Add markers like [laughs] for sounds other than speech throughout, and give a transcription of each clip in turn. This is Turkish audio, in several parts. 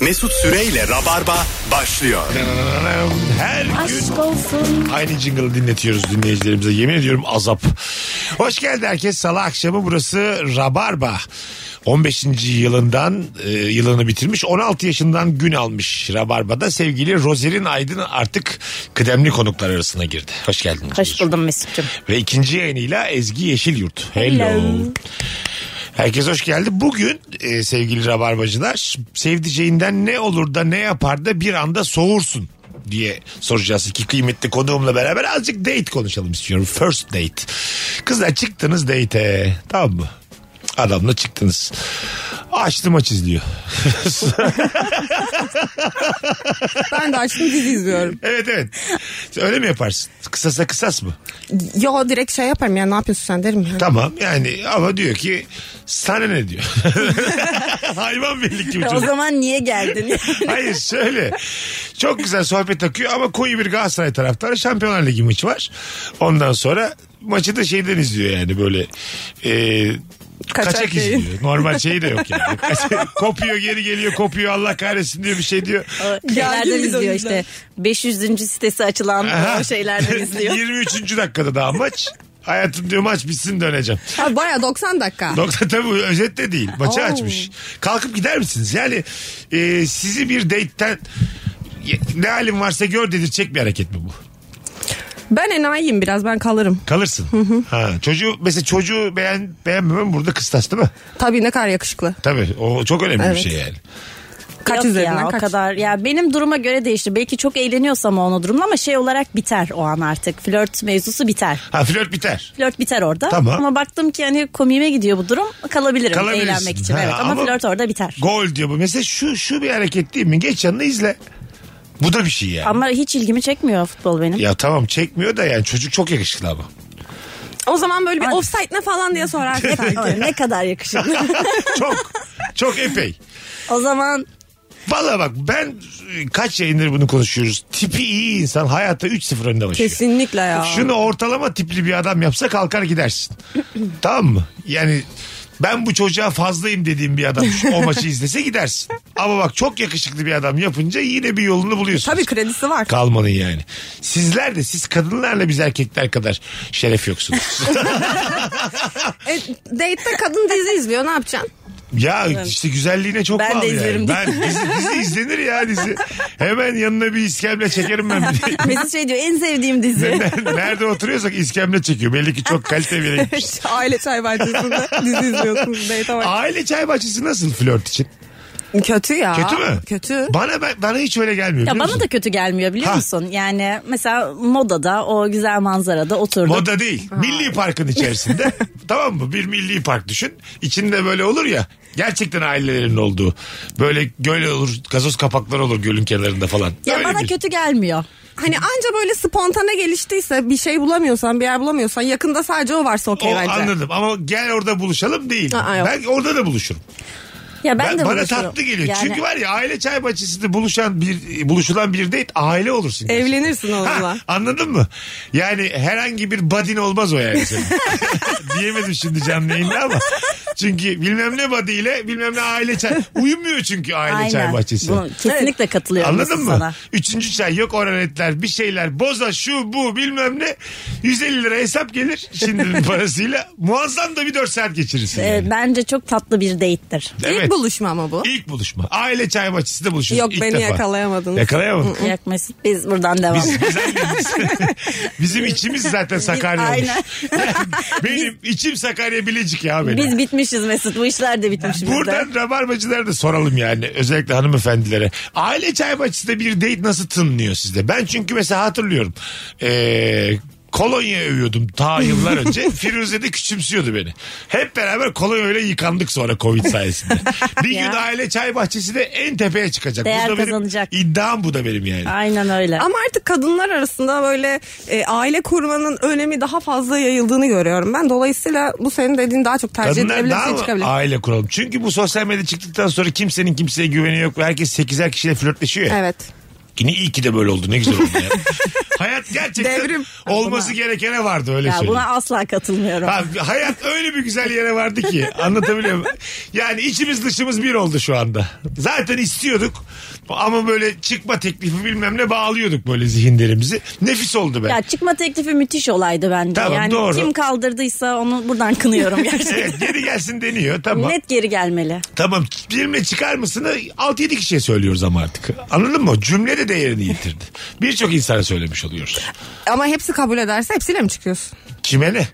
Mesut Süreyle Rabarba başlıyor. Her gün Aşk olsun. aynı jingle'ı dinletiyoruz dinleyicilerimize. Yemin ediyorum azap. Hoş geldi herkes. Salı akşamı burası Rabarba. 15. yılından e, yılını bitirmiş. 16 yaşından gün almış Rabarba'da. Sevgili Rozerin Aydın artık kıdemli konuklar arasına girdi. Hoş geldiniz. Hoş buldum Mesut'cum. Ve ikinci yayınıyla Ezgi Yeşilyurt. Hello. Hello. Herkes hoş geldi. Bugün e, sevgili rabarbacılar sevdiceğinden ne olur da ne yapar da bir anda soğursun diye soracağız. İki kıymetli konuğumla beraber azıcık date konuşalım istiyorum. First date. Kızlar çıktınız date'e. Tamam mı? Adamla çıktınız. Açtı maç izliyor. Ben de açtım dizi izliyorum. evet evet. Öyle mi yaparsın? Kısasa kısas mı? Yo direkt şey yaparım ya ne yapıyorsun sen derim ya. Tamam yani ama diyor ki sana ne [laughs] diyor. Hayvan birlik gibi O çocuk. zaman niye [laughs] geldin? Hayır şöyle. Çok güzel sohbet akıyor ama koyu bir Galatasaray taraftarı. Şampiyonlar Ligi maçı var. Ondan sonra maçı da şeyden izliyor yani böyle. E, kaçak, Kaçak yayın. izliyor. Normal şeyi de yok [laughs] yani. Kaçak- kopuyor geri geliyor kopuyor Allah kahretsin diyor bir şey diyor. şeylerden Gergin bir izliyor dönemler. işte. 500. sitesi açılan Aha. o şeylerden [laughs] izliyor. 23. dakikada daha maç. Hayatım diyor maç bitsin döneceğim. Ha, baya 90 dakika. Doktor tabii özet de değil. Maçı Oo. açmış. Kalkıp gider misiniz? Yani e, sizi bir date'ten "Ya, ne halin varsa gör dedirtecek bir hareket mi bu? Ben enayiyim biraz ben kalırım. Kalırsın. Ha, çocuğu mesela çocuğu beğen beğenmemem burada kıstas değil mi? Tabii ne kadar yakışıklı. Tabii o çok önemli bir Evet. şey yani. [laughs] Kaç Yok üzerinden ya, kaç? O kadar. Ya benim duruma göre değişti. Belki çok eğleniyorsam o durumda ama şey olarak biter o an artık. Flört mevzusu biter. Ha flört biter. Flört biter orada. Tamam. Ama baktım ki hani komiğime gidiyor bu durum. Kalabilirim Kalabilirsin. eğlenmek için. Ha, evet ama, ama- flört orada biter. Gol diyor bu. Mesela şu şu bir hareket değil mi? Geç yanına izle. Bu da bir şey yani. Ama hiç ilgimi çekmiyor futbol benim. Ya tamam çekmiyor da yani çocuk çok yakışıklı [laughs] ama. [laughs] O zaman böyle bir offside ne falan diye sorarsın Ay, sanki. ne kadar yakışıklı. Çok. çok epey. o zaman Valla bak ben e, kaç yayındır bunu konuşuyoruz. Tipi iyi insan hayatta 3-0 önde başlıyor. Kesinlikle ya. Şunu ortalama tipli bir adam yapsa kalkar [clears throat] gidersin. tamam mı? Yani ben bu çocuğa fazlayım dediğim bir adam şu- o maçı izlese gidersin. Ama bak çok yakışıklı bir adam yapınca yine bir yolunu buluyorsun. Tabii kredisi var. Kalmanın yani. Sizler de siz kadınlarla biz erkekler kadar şeref [laughs] yoksunuz. E, date'de kadın dizi izliyor ne yapacaksın? ya işte güzelliğine çok Ben de bağlı yani. izlerim diye. Ben, dizi, dizi izlenir ya [laughs] dizi. Hemen yanına bir iskemle çekerim ben. bir de. [laughs] Mesut şey diyor en sevdiğim dizi. Nerede oturuyorsak iskemle çekiyor. Belli ki çok kaliteli bir yere [laughs] gitmiş. Aile çay bahçesinde dizi izliyorsunuz date var. Aile çay bahçesi nasıl flört için? Kötü ya. Kötü mü? Kötü. Bana ben- bana hiç öyle gelmiyor. Ya biliyor bana musun? da kötü gelmiyor biliyor Ha. musun? Yani mesela modada o güzel manzarada oturduk. Moda değil. Milli Park'ın [laughs] içerisinde. tamam mı? Bir milli park düşün. İçinde böyle olur ya. Gerçekten ailelerin olduğu. Böyle göl olur, gazoz kapakları olur gölün kenarında falan. ya Öyle bana bir- kötü gelmiyor. Hani anca böyle spontane geliştiyse bir şey bulamıyorsan bir yer bulamıyorsan yakında sadece o varsa okey O, bence. anladım ama gel orada buluşalım değil. Aa, yok. ben orada da buluşurum. Ya ben, Ben, de bana buluşuyorum. tatlı geliyor. Yani Çünkü var ya aile çay bahçesinde buluşan bir buluşulan bir date aile olursun. gerçekten. Evlenirsin Ha, onunla. anladın mı? Yani herhangi bir badin olmaz o yani senin. [laughs] Diyemedim şimdi canlı yayında ama. Çünkü bilmem ne body ile bilmem ne aile çay. Uyumuyor çünkü aile çay bahçesi. Bu- kesinlikle katılıyorum Anladın mı? sana. Üçüncü çay yok oranetler bir şeyler boza şu bu bilmem ne. 150 lira hesap gelir [laughs] şimdinin parasıyla. Muazzam da bir 4 saat geçirirsin. Ee, yani. bence çok tatlı bir date'tir. Evet. İlk buluşma ama bu. İlk buluşma. Aile çay bahçesinde buluşuyoruz. Yok, ilk beni defa. yakalayamadınız. Yakalayamadık. Yak Mesut biz buradan devam. Biz, biz annemiz. [laughs] Bizim içimiz zaten Sakarya olmuş. Aynen. [laughs] Benim içim Sakarya Bilecik ya benim. Biz bitmişiz Mesut. Bu işler de bitmiş bizde. Buradan rabarbacılara da soralım yani özellikle hanımefendilere. Aile çay bahçesinde bir date nasıl tınlıyor sizde? Ben çünkü mesela hatırlıyorum. Ee, kolonya övüyordum ta yıllar [laughs] önce. Firuze de küçümsüyordu beni. Hep beraber kolonya öyle yıkandık sonra Covid sayesinde. bir gün [laughs] Ya. aile çay bahçesi de en tepeye çıkacak. Değer bu da kazanacak. Benim, iddiam bu da benim yani. Aynen öyle. Ama artık kadınlar arasında böyle e, aile kurmanın önemi daha fazla yayıldığını görüyorum ben. Dolayısıyla bu senin dediğin daha çok tercih Kadınlar edilebilir bir daha şey mı çıkabilir. aile kuralım? Çünkü bu sosyal medya çıktıktan sonra kimsenin kimseye güveni yok. ve Herkes 8'er kişiyle flörtleşiyor ya. Evet. Yine iyi ki de böyle oldu ne güzel oldu ya. [laughs] Hayat gerçekten Devrim. olması gerekene vardı öyle Ya söyleyeyim. buna asla katılmıyorum. Ha, hayat öyle bir güzel yere vardı ki anlatabiliyor muyum? Yani içimiz dışımız bir oldu şu anda. Zaten istiyorduk ama böyle çıkma teklifi bilmem ne bağlıyorduk böyle zihinlerimizi. Nefis oldu be. Ya çıkma teklifi müthiş olaydı bence. Tamam, yani doğru. kim kaldırdıysa onu [laughs] buradan kınıyorum gerçekten. Evet geri gelsin deniyor tamam. Net geri gelmeli. Tamam benimle çıkar mısını 6-7 kişiye söylüyoruz ama artık. Anladın mı? Cümle de değerini yitirdi. Birçok insana söylemiş oluyoruz. Ama hepsi kabul ederse hepsiyle mi çıkıyorsun? Kime ne?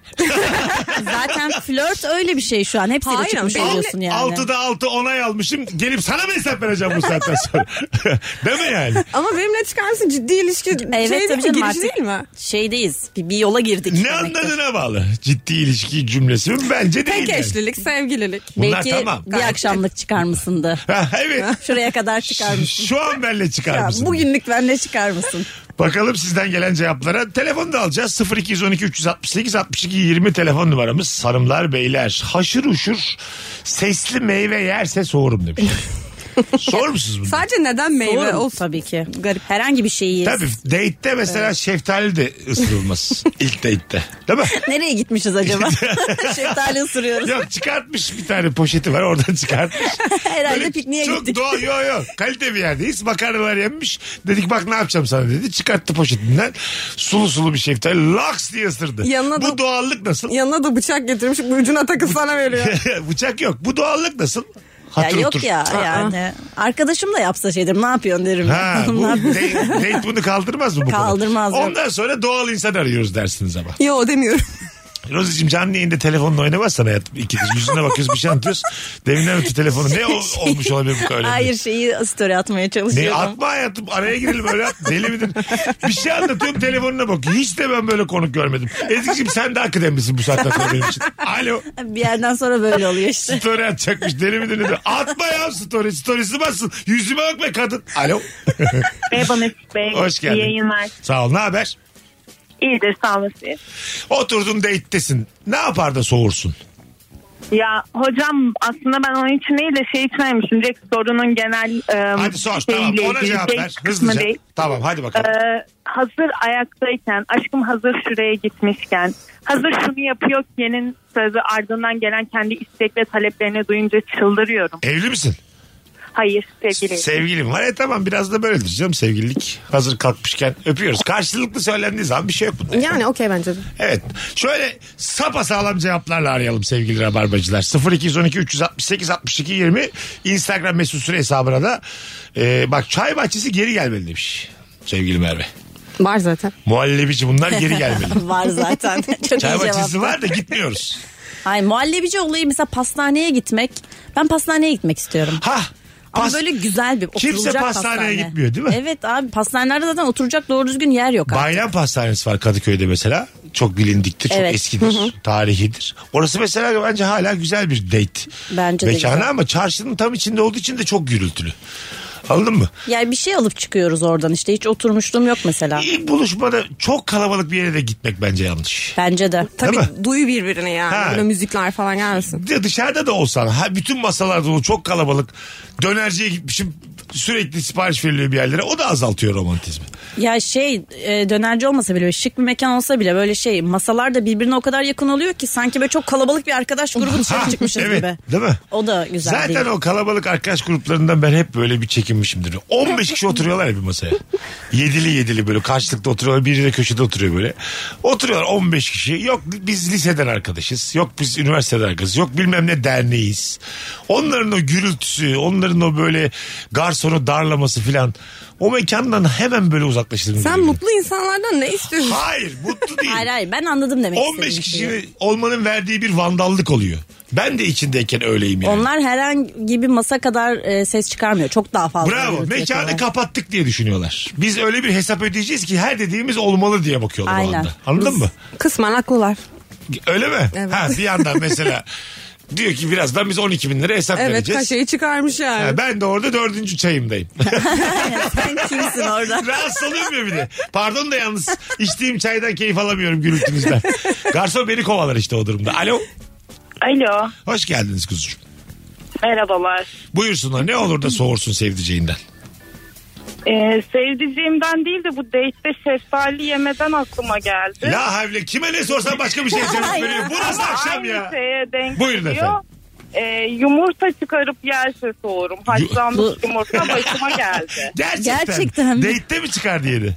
Zaten flört öyle bir şey şu an. Hepsiyle Hayır, çıkmış ama oluyorsun yani. 6'da 6 onay almışım. Gelip sana mı hesap vereceğim bu saatten sonra? [laughs] Değil mi yani? Ama benimle çıkar mısın? Ciddi ilişki Evet şey değil tabii mi? canım Giriş artık değil mi? Şeydeyiz. Bir, bir yola girdik. Ne demektir. anladına bağlı. Ciddi ilişki cümlesi mi? Bence değil. Tek yani. eşlilik, sevgililik. Bunlar Belki tamam. bir akşamlık çıkar [laughs] mısın da? Ha, evet. Şuraya kadar çıkar mısın? Şu an benle çıkar Ya, mısın? bugünlük benle çıkar mısın? Bakalım sizden gelen cevaplara. Telefonu da alacağız. 0212 368 62 20 telefon numaramız. Sarımlar beyler. Haşır uşur sesli meyve yerse soğurum demiş. Sor musunuz bunu? Sadece neden meyve Doğru olsun? tabii ki. Garip. Herhangi bir şeyi yeriz. Tabii date'te mesela şeftali de ısırılmaz. İlk date'te. Değil mi? Nereye gitmişiz acaba? [laughs] [laughs] Şeftali ısırıyoruz. Yok çıkartmış bir tane poşeti var oradan çıkartmış. Herhalde Böyle pikniğe çok gittik. doğal yok yok kalite bir yerdeyiz makarnalar yenmiş. Dedik bak ne yapacağım sana dedi çıkarttı poşetinden sulu sulu bir şeftali laks diye ısırdı. Yanına Bu da- doğallık nasıl? Yanına da bıçak getirmiş bu ucuna takıp sana [laughs] veriyor. [laughs] Bıçak yok bu doğallık nasıl? Ya Hatır yok otur. ya yani. Arkadaşım da yapsa şey derim ne yapıyorsun derim. [laughs] Ha, bu, Ne yapıyorsun? date, date bunu kaldırmaz mı bu konu? Kaldırmaz, yok. Ondan sonra doğal insan arıyoruz dersiniz ama. Yo [laughs] demiyorum. Rozi'cim canlı yayında telefonla oynamazsan hayatım. İkiniz yüzüne bakıyoruz bir şey anlatıyoruz. Deminden öte telefonu ne o- [laughs] olmuş olabilir bu kadar? Hayır şey şeyi story atmaya Ne çalışıyorum. atma hayatım araya girelim öyle at. Deli midir? Bir şey anlatıyorum telefonuna bak. Hiç de ben böyle konuk görmedim. Ezgi'cim sen de akademisin bu saatten sonra benim için. Alo. Bir yerden sonra böyle [laughs] oluyor işte. Story atacakmış deli midir nedir? Atma ya story. Story'si bassın. Yüzüme bak be kadın. Alo. Merhaba Mesut Bey. Hoş geldin. İyi yayınlar. Sağ ol ne haber? İyidir sağ olasın. Oturdun date'tesin. Ne yapar da soğursun? Ya hocam aslında ben onun için değil de şey için aramıştım. Direkt sorunun genel e, Hadi sor şeyiyle tamam ona ilgili, cevap şey ver. kısmı Hızlıca. değil. Tamam hadi E, bakalım. hazır ayaktayken, aşkım hazır şuraya gitmişken, hazır şunu yapıyor ki yenin sözü ardından gelen kendi istek ve taleplerini duyunca çıldırıyorum. Evli misin? Hayır sevgili. Sevgilim var. E tamam biraz da böyledir canım sevgililik. Hazır kalkmışken öpüyoruz. Karşılıklı söylendiği zaman bir şey yok bunda. Yani okey bence de. Evet. Şöyle sapasağlam cevaplarla arayalım sevgili rabarbacılar. 0212 368 62 20 Instagram mesut süre hesabına da e, bak çay bahçesi geri gelmeli demiş sevgili Merve. Var zaten. Muhallebici bunlar geri [laughs] gelmeli. Var zaten. Çok çay iyi cevap. bahçesi var da gitmiyoruz. Hayır muhallebici olayı mesela pastaneye gitmek. Ben pastaneye gitmek istiyorum. Ha. Ama pas- böyle güzel bir Kimse oturulacak pastaneye pastane. gitmiyor, değil mi? Evet abi pastanelerde zaten oturacak doğru düzgün yer yok. abi. Bayram Pastanesi var Kadıköy'de mesela. Çok bilindiktir, çok Evet. eskidir, tarihidir. Orası mesela bence hala güzel bir date. Bence de Mekanı güzel. ama çarşının tam içinde olduğu için de çok gürültülü. Anladın mı? Yani bir şey alıp çıkıyoruz oradan işte hiç oturmuşluğum yok mesela. İlk buluşmada çok kalabalık bir yere de gitmek bence yanlış. Bence de. Tabii mi? duyu birbirini yani. Ha. Böyle müzikler falan gelmesin. Bir de dışarıda da olsan ha bütün masalar dolu çok kalabalık. Dönerciye gitmişim sürekli sipariş veriliyor bir yerlere. O da azaltıyor romantizmi. Ya şey e, dönerci olmasa bile şık bir mekan olsa bile böyle şey masalar da birbirine o kadar yakın oluyor ki sanki böyle çok kalabalık bir arkadaş [laughs] grubu dışarı çıkmışız evet, gibi. Değil mi? O da güzel Zaten değil. o kalabalık arkadaş gruplarından ben hep böyle bir çekinmişimdir. 15 kişi oturuyorlar ya bir masaya. Yedili yedili böyle karşılıklı oturuyorlar. Biri de köşede oturuyor böyle. Oturuyorlar 15 kişi. Yok biz liseden arkadaşız. Yok biz üniversiteden arkadaşız. Yok bilmem ne derneğiz. Onların o gürültüsü, onların o böyle garsonu darlaması filan. O mekandan hemen böyle uzaklaştırdım. Sen mutlu insanlardan ne istiyorsun? Hayır [laughs] mutlu değil. Hayır hayır ben anladım demek 15 istediğin şeyi. kişi olmanın verdiği bir vandallık oluyor. Ben de içindeyken öyleyim yani. Onlar herhangi bir masa kadar e, ses çıkarmıyor. Çok daha fazla. Bravo. gürültü Mekanı yapıyorlar. kapattık diye düşünüyorlar. Biz öyle bir hesap ödeyeceğiz ki her dediğimiz olmalı diye bakıyorlar o Aynen. anda. Anladın mı? Kısmen haklılar. Öyle mi? Evet. Ha, bir yandan [laughs] mesela diyor ki birazdan biz 12 bin lira hesap Evet vereceğiz. kaşeyi çıkarmış yani. Ha, ben de orada dördüncü çayımdayım. [laughs] Sen kimsin [laughs] orada? Rahatsız oluyorum ya bir de. Pardon da yalnız içtiğim çaydan keyif alamıyorum [laughs] gürültünüzden. Garson beni kovalar işte o durumda. Alo. Alo Hoş geldiniz kuzucuğum. merhabalar. Buyursunlar ne olur da soğursun sevdiceğinden. Ee, sevdiceğimden değil de bu date'de şeftali yemeden aklıma geldi. La havle kime ne sorsan başka [laughs] bir şey cevap veriyor. Bu nasıl Ama akşam aynı ya? şeye denk Buyurun geliyor. efendim. Ee, yumurta çıkarıp yerse soğurum. Haşlanmış yumurta [laughs] başıma geldi. Gerçekten. Gerçekten. Date'de mi çıkardı [laughs] yedi?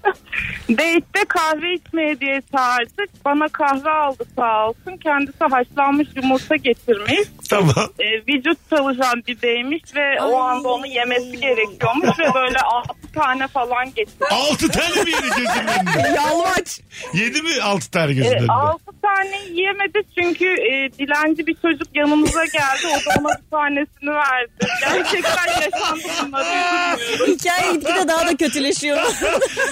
Date'de kahve içmeye diye çağırdık. Bana kahve aldı sağ olsun. Kendisi haşlanmış yumurta getirmiş. tamam. Ee, vücut çalışan bir beymiş ve o anda onu yemesi gerekiyormuş [laughs] ve böyle 6 tane falan getirdi. Altı tane mi yedi gözünün önünde? Yalvaç. Yedi mi altı tane gözünün E, önünde? 6 tane yiyemedi çünkü e, dilenci bir çocuk yanımıza geldi. O da ona bir tanesini verdi. Gerçekten yaşandı bunları. Hikaye gitgide daha da kötüleşiyor.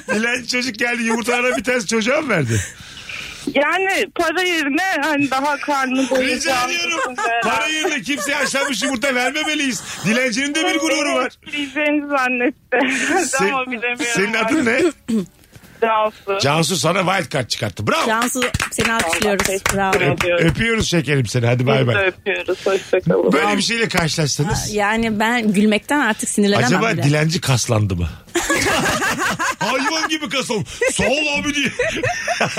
Dilenci E çocuk geldi yumurtalarına bir tanesi çocuğa mı [laughs] verdi? Yani para yerine hani daha karnını Rica doyuracağım. ediyorum. Para yerine kimseye haşlanmış yumurta vermemeliyiz. Dilencinin de bir gururu var. Bileceğini zannetti. [laughs] Ama bilemiyorum. senin adın ne? Cansu. Cansu sana wild card çıkarttı. Bravo. [laughs] Cansu seni alkışlıyoruz. teşekkür Bravo. ederim. Öpüyorum. Öpüyoruz şekerim seni. Hadi bay Biz de bay. öpüyoruz. Hoşçakalın. Böyle bir şeyle karşılaştınız. Yani ben gülmekten artık sinirlenemem Acaba bile. dilenci kaslandı mı? [laughs] Hayvan gibi kasım. Sağ ol abi diye. [laughs]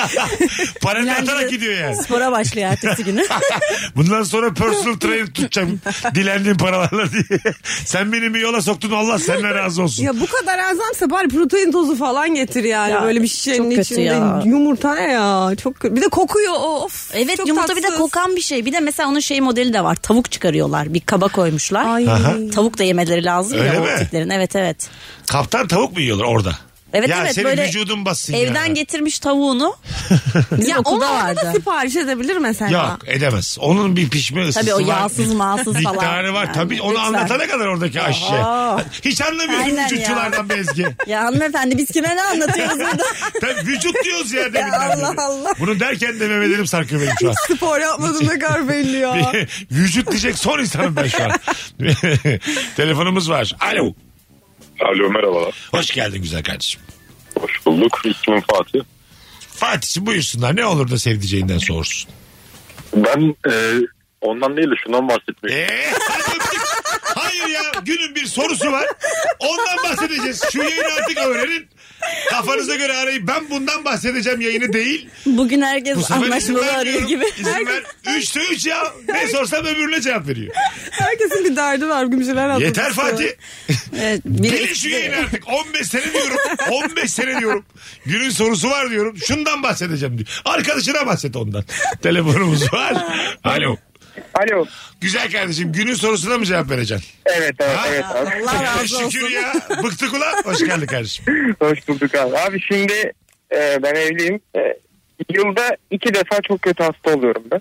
Paranı Dilenci de- atarak gidiyor yani. [laughs] Spora başlıyor ertesi günü. Bundan sonra personal trainer tutacağım. Dilendiğim paralarla diye. [laughs] Sen beni bir yola soktun Allah senden razı olsun. Ya bu kadar azamsa bari protein tozu falan getir yani. Ya, Böyle bir şişenin çok kötü içinde. ya. Yumurta ne ya? Çok kö- Bir de kokuyor. Of. Evet çok yumurta bir de tatsız. kokan bir şey. Bir de mesela onun şey modeli de var. Tavuk çıkarıyorlar. Bir kaba koymuşlar. Ay. Tavuk da yemeleri lazım Öyle ya mi? o tiplerin. Evet evet. Kaptan tavuk mu yiyorlar orada? Evet ya evet senin böyle vücudun bassın evden ya. [laughs] getirmiş tavuğunu. Bizim Ya okulda onlar da vardı. sipariş edebilir mesela. Yok edemez. Onun bir pişme ısısı Tabii o var. yağsız [laughs] mağsız falan. Miktarı var Yani tabii onu lütfen. anlatana kadar oradaki aşçı. Oho. Hiç anlamıyorum Aynen vücutçulardan Bezgi. Ya hanımefendi biz kime ne anlatıyoruz burada? Tabii vücut diyoruz ya deminden Allah beri. Allah. Bunu derken de memelerim sarkıyor benim şu an. Spor yapmadım ne kadar [laughs] belli ya. vücut diyecek son insanım ben şu an. Telefonumuz var. Alo. Alo merhabalar. Hoş geldin güzel kardeşim. Hoş bulduk. İsmim Fatih. Fatih'cim buyursunlar. Ne olur da sevdiceğinden soğursun. Ben e, ondan değil de şundan bahsetmek Ee, hadi öptük. Hayır ya günün bir sorusu var. Ondan bahsedeceğiz. Şu yayını artık öğrenin. Kafanıza göre arayıp ben bundan bahsedeceğim yayını değil. [laughs] Bugün Bu herkes sefer izin anlaşmalı arıyor vermiyorum. gibi. İzin ver. Üçte üç ya. Ne sorsam öbürüne cevap veriyor. Herkesin bir derdi var Gümüşler Hanım. Yeter Fatih. Evet, biri- Gelin şu yayını artık. 15 sene [laughs] diyorum. 15 sene diyorum. Günün sorusu var diyorum. Şundan bahsedeceğim diyor. Arkadaşına bahset ondan. Telefonumuz var. [laughs] Alo. Alo. Güzel kardeşim günün sorusuna mı cevap vereceksin? Evet evet Ha? evet. Abi. Allah razı olsun. Şükür ya. Bıktık ulan. Hoş geldin [laughs] kardeşim. Hoş bulduk abi. Abi şimdi e, ben evliyim. E, yılda iki defa çok kötü hasta oluyorum ben.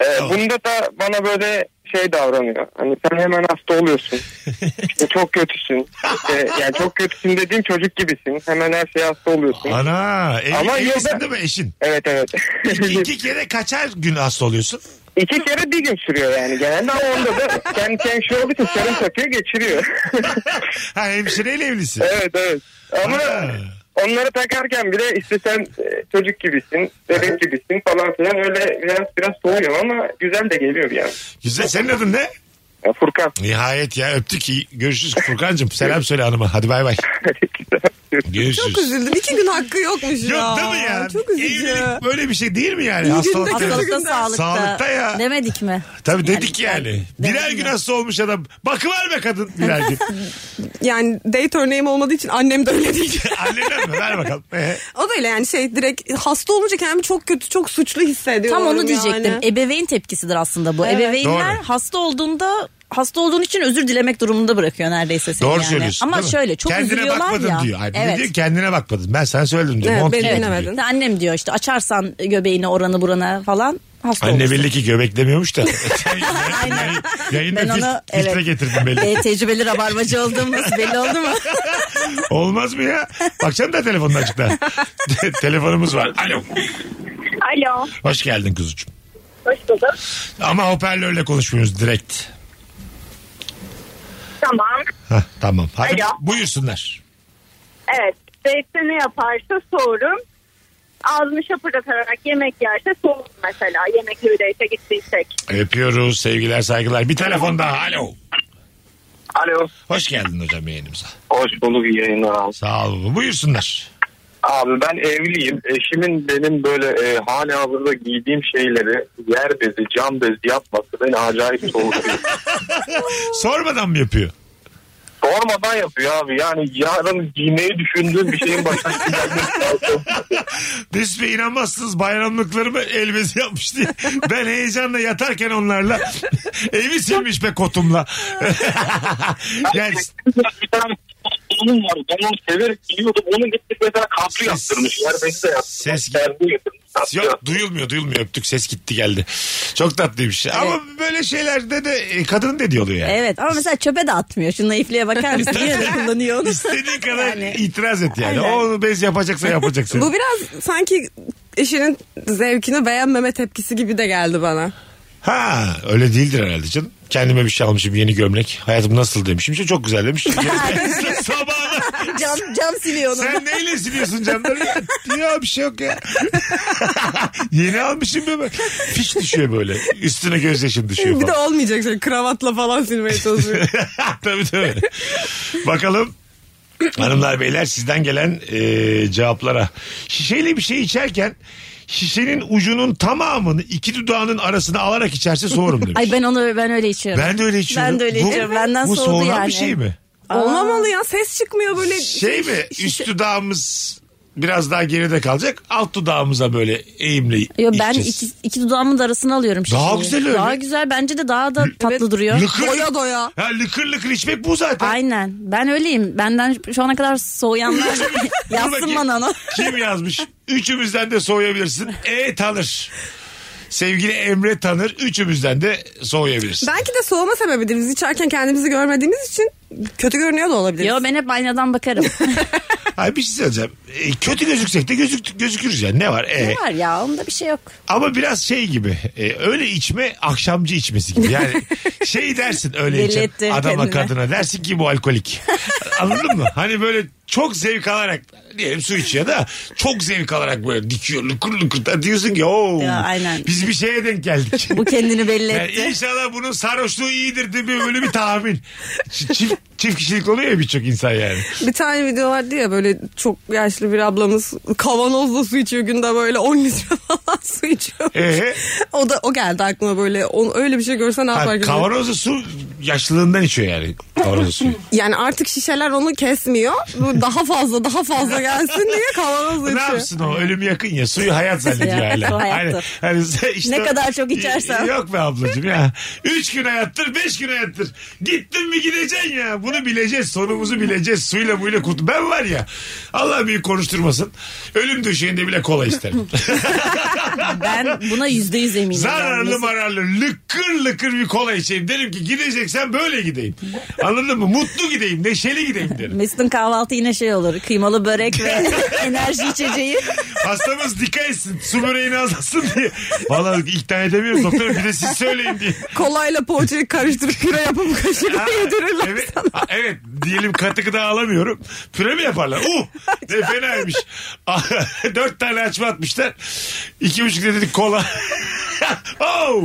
E, Tamam. Bunda da bana böyle şey davranıyor. Hani sen hemen hasta oluyorsun. İşte çok kötüsün. İşte, yani çok kötüsün dediğim çocuk gibisin. Hemen her şeye hasta oluyorsun. Ana. Ev, Ama evlisin yılda- değil mi eşin? Evet evet. İki, iki kere kaçar gün hasta oluyorsun? [laughs] İki kere bir gün sürüyor yani genelde ama onda da kendi hemşire olduğu için serum [laughs] takıyor geçiriyor. Ha hemşireyle evlisin. evet evet. Ama Ha. onları takarken bile işte sen e, çocuk gibisin, bebek gibisin falan filan öyle biraz biraz soğuyor ama güzel de geliyor bir yani. Güzel. Senin adın ne? Ya Furkan. Nihayet ya öptük. İyi- Görüşürüz Furkan'cığım. Selam söyle hanıma. Hadi bay bay. Görüşürüz. Çok üzüldüm. İki gün hakkı yokmuş ya. Yok değil mi ya? Çok üzücü. Evlilik böyle bir şey değil mi yani? Hastalık günde- demek. [laughs] Hastalıkta Hastalıkta, sağlıkta. sağlıkta ya. Demedik mi? Tabii dedik yani. Yani- Birer gün hasta olmuş adam. Bakı var be kadın birer [laughs] gün. Yani date örneğim olmadığı için annem de öyle değil. Anneler mi? Ver bakalım. Ee, o da öyle yani şey direkt hasta olunca kendimi çok kötü çok suçlu hissediyorum. Tam onu diyecektim. E, Yani. Ebeveyn tepkisidir aslında bu. Ebeveynler Doğru. hasta olduğunda hasta olduğun için özür dilemek durumunda bırakıyor neredeyse seni doğru yani. söylüyorsun. Ama değil mi? şöyle çok kendine üzülüyorlar bakmadın ya. Diyor. Hayır, bir de evet. diyor, kendine bakmadın. Ben sana söyledim diyor. Evet, Mont beni giydin dinlemedin. diyor. İşte annem diyor işte açarsan göbeğini oranı burana falan hasta Anne olursun. belli ki göbeklemiyormuş [laughs] da. Aynen. Yayında Ben fil- onu- filtre evet. getirdim belli. E, tecrübeli rabarbacı olduğumuz belli oldu mu? Olmaz mı ya? Bakacağım da telefonun açıkta. [laughs] Te- Telefonumuz var. Alo. Alo. Hoş geldin kuzucuğum. Hoş bulduk. Ama hoparlörle konuşmuyoruz direkt. Tamam. Hah, tamam. Hadi Alo. buyursunlar. Evet. Zeytte ne yaparsa soğurum. Ağzını şapırdatarak yemek yerse soğurum mesela. Yemekli bir date'e gittiysek. Öpüyoruz sevgiler saygılar. Bir telefon daha. Alo. Alo. Hoş geldin hocam yayınımıza. Hoş bulduk iyi yayınlar abi. Sağ olun. Buyursunlar. Abi ben evliyim. Eşimin benim böyle e, hali hazırda giydiğim şeyleri yer bezi, cam bezi yapması beni acayip [laughs] soğutuyor. Sormadan mı yapıyor? Sormadan yapıyor abi. Yani yarın giymeyi düşündüğüm bir [laughs] şeyin başına gelmesi lazım. Mesut Bey inanmazsınız bayramlıklarımı elbise yapmış diye. Ben heyecanla yatarken onlarla [laughs] evi silmiş be kotumla. yani, bir tane onun var. Ben onu severek giyiyordum. Onun gittik mesela kaplı yaptırmış. Yer bezi de yaptırmış. Ses- Perde yaptırmış. kaplı yok duyulmuyor duyulmuyor öptük ses gitti geldi. Çok tatlıymış. Ama böyle şeylerde de e, kadın dediği oluyor yani. Evet ama mesela çöpe de atmıyor. Şu naifliğe bakar mısın? Yine de kullanıyor onu. İstediğin kadar itiraz et yani. Aynen. O Onu bez yapacaksa yapacaksın. Bu biraz sanki eşinin zevkini beğenmeme tepkisi gibi de geldi bana. Ha öyle değildir herhalde canım. Kendime bir şey almışım yeni gömlek. Hayatım nasıl demişim. İşte çok güzel demiş. Sabahına Cam, cam siliyor onu. Sen neyle siliyorsun camları ya? Ya bir şey yok ya. [laughs] Yeni almışım ya. ben. Fiş düşüyor böyle. Üstüne gözyaşım düşüyor Bir de falan. [laughs] olmayacak şey kravatla falan silmeye [laughs] çalışıyor. tabii tabii. Bakalım. Hanımlar beyler sizden gelen e, cevaplara. Şişeyle bir şey içerken şişenin ucunun tamamını iki dudağının arasına alarak içerse soğurum demiş. Ay ben onu ben öyle içiyorum. Ben de öyle içiyorum. Ben de öyle Bu- içiyorum. Benden bu soğudu soğuran yani. bir şey mi? Olmamalı ya ses çıkmıyor böyle. Şey mi? Üst dudağımız biraz daha geride kalacak. Alt dudağımıza böyle eğimle Yo, ben içeceğiz. iki, iki dudağımın da arasına alıyorum şişeyi. Daha güzel öyle. Daha güzel bence de daha da tatlı duruyor. Lıkır, Doya doya. Ha, lıkır lıkır içmek bu zaten. Aynen. Ben öyleyim. Benden şu ana kadar soğuyanlar [laughs] Dur yazsın bakayım. bana onu. Kim yazmış? Üçümüzden de soğuyabilirsin. E tanır. Sevgili Emre tanır. Üçümüzden de soğuyabilirsin. Belki de soğuma sebebidir. Biz içerken kendimizi görmediğimiz için kötü görünüyor da olabilir. Yo ben hep aynadan [laughs] bakarım. Ay bir şey söyleyeceğim. E, kötü gözüksek de gözük, gözükürüz yani. Ne var? E. ne var ya onda bir şey yok. Ama biraz şey gibi. e, öyle içme akşamcı içmesi gibi. [laughs] Yani şey dersin öyle Belli içen ettin adama kendine. kadına. Dersin ki bu [laughs] alkolik. Anladın mı? Hani böyle çok zevk alarak diyelim su içiyor da çok zevk alarak böyle dikiyor lukur lukur da diyorsun ki ooo Ya, aynen. biz bir şeye denk geldik. [laughs] Bu kendini belli Yani etti. inşallah bunun sarhoşluğu iyidir diye bir öyle bir tahmin. Ç- Çift, çift kişilik oluyor ya birçok insan yani. Bir tane video vardı ya böyle çok yaşlı bir ablamız kavanozla su içiyor günde böyle 10 litre [laughs] falan su içiyor. Ee? O da o geldi aklıma böyle on, öyle bir şey görsen ne yapar Ha, gibi. kavanozlu su yaşlılığından içiyor yani. Kavanozlu suyu. Yani artık şişeler onu kesmiyor. Bu Daha fazla daha fazla gelsin diye kavanozla ne içiyor. yapsın o ölüm yakın ya suyu hayat zannediyor Hayat, hala. su hayattır. Hani- hani sen işte- Ne kadar çok içersen. Yok be ablacığım ya. Üç gün hayattır beş gün hayattır. Gittin mi gideceksin ya. Bunu bileceğiz sonumuzu bileceğiz. Suyla buyla kurt. Ben var ya Allah büyük konuşturmasın. Ölüm döşeğinde bile kola [laughs] isterim. Ben buna yüzde yüz eminim. Zararlı yalnız. mararlı lıkır lıkır bir kola içeyim. Derim ki gideceksen böyle gideyim. Anladın mı? Mutlu gideyim, neşeli gideyim derim. Mesut'un kahvaltı yine şey olur. Kıymalı börek [laughs] ve enerji içeceği. Hastamız dikkat etsin. Su böreğini azalsın diye. Valla ikna edemiyoruz doktor. Bir de siz söyleyin diye. Kolayla poğaçayı karıştırıp püre yapıp [laughs] kaşıkla Ha, yedirirler evet, sana. ha, evet diyelim katı gıda alamıyorum. Püre mi yaparlar? Uh ne fenaymış. [laughs] Dört tane açma atmışlar. İki buçuk de dedik kola. [laughs] oh.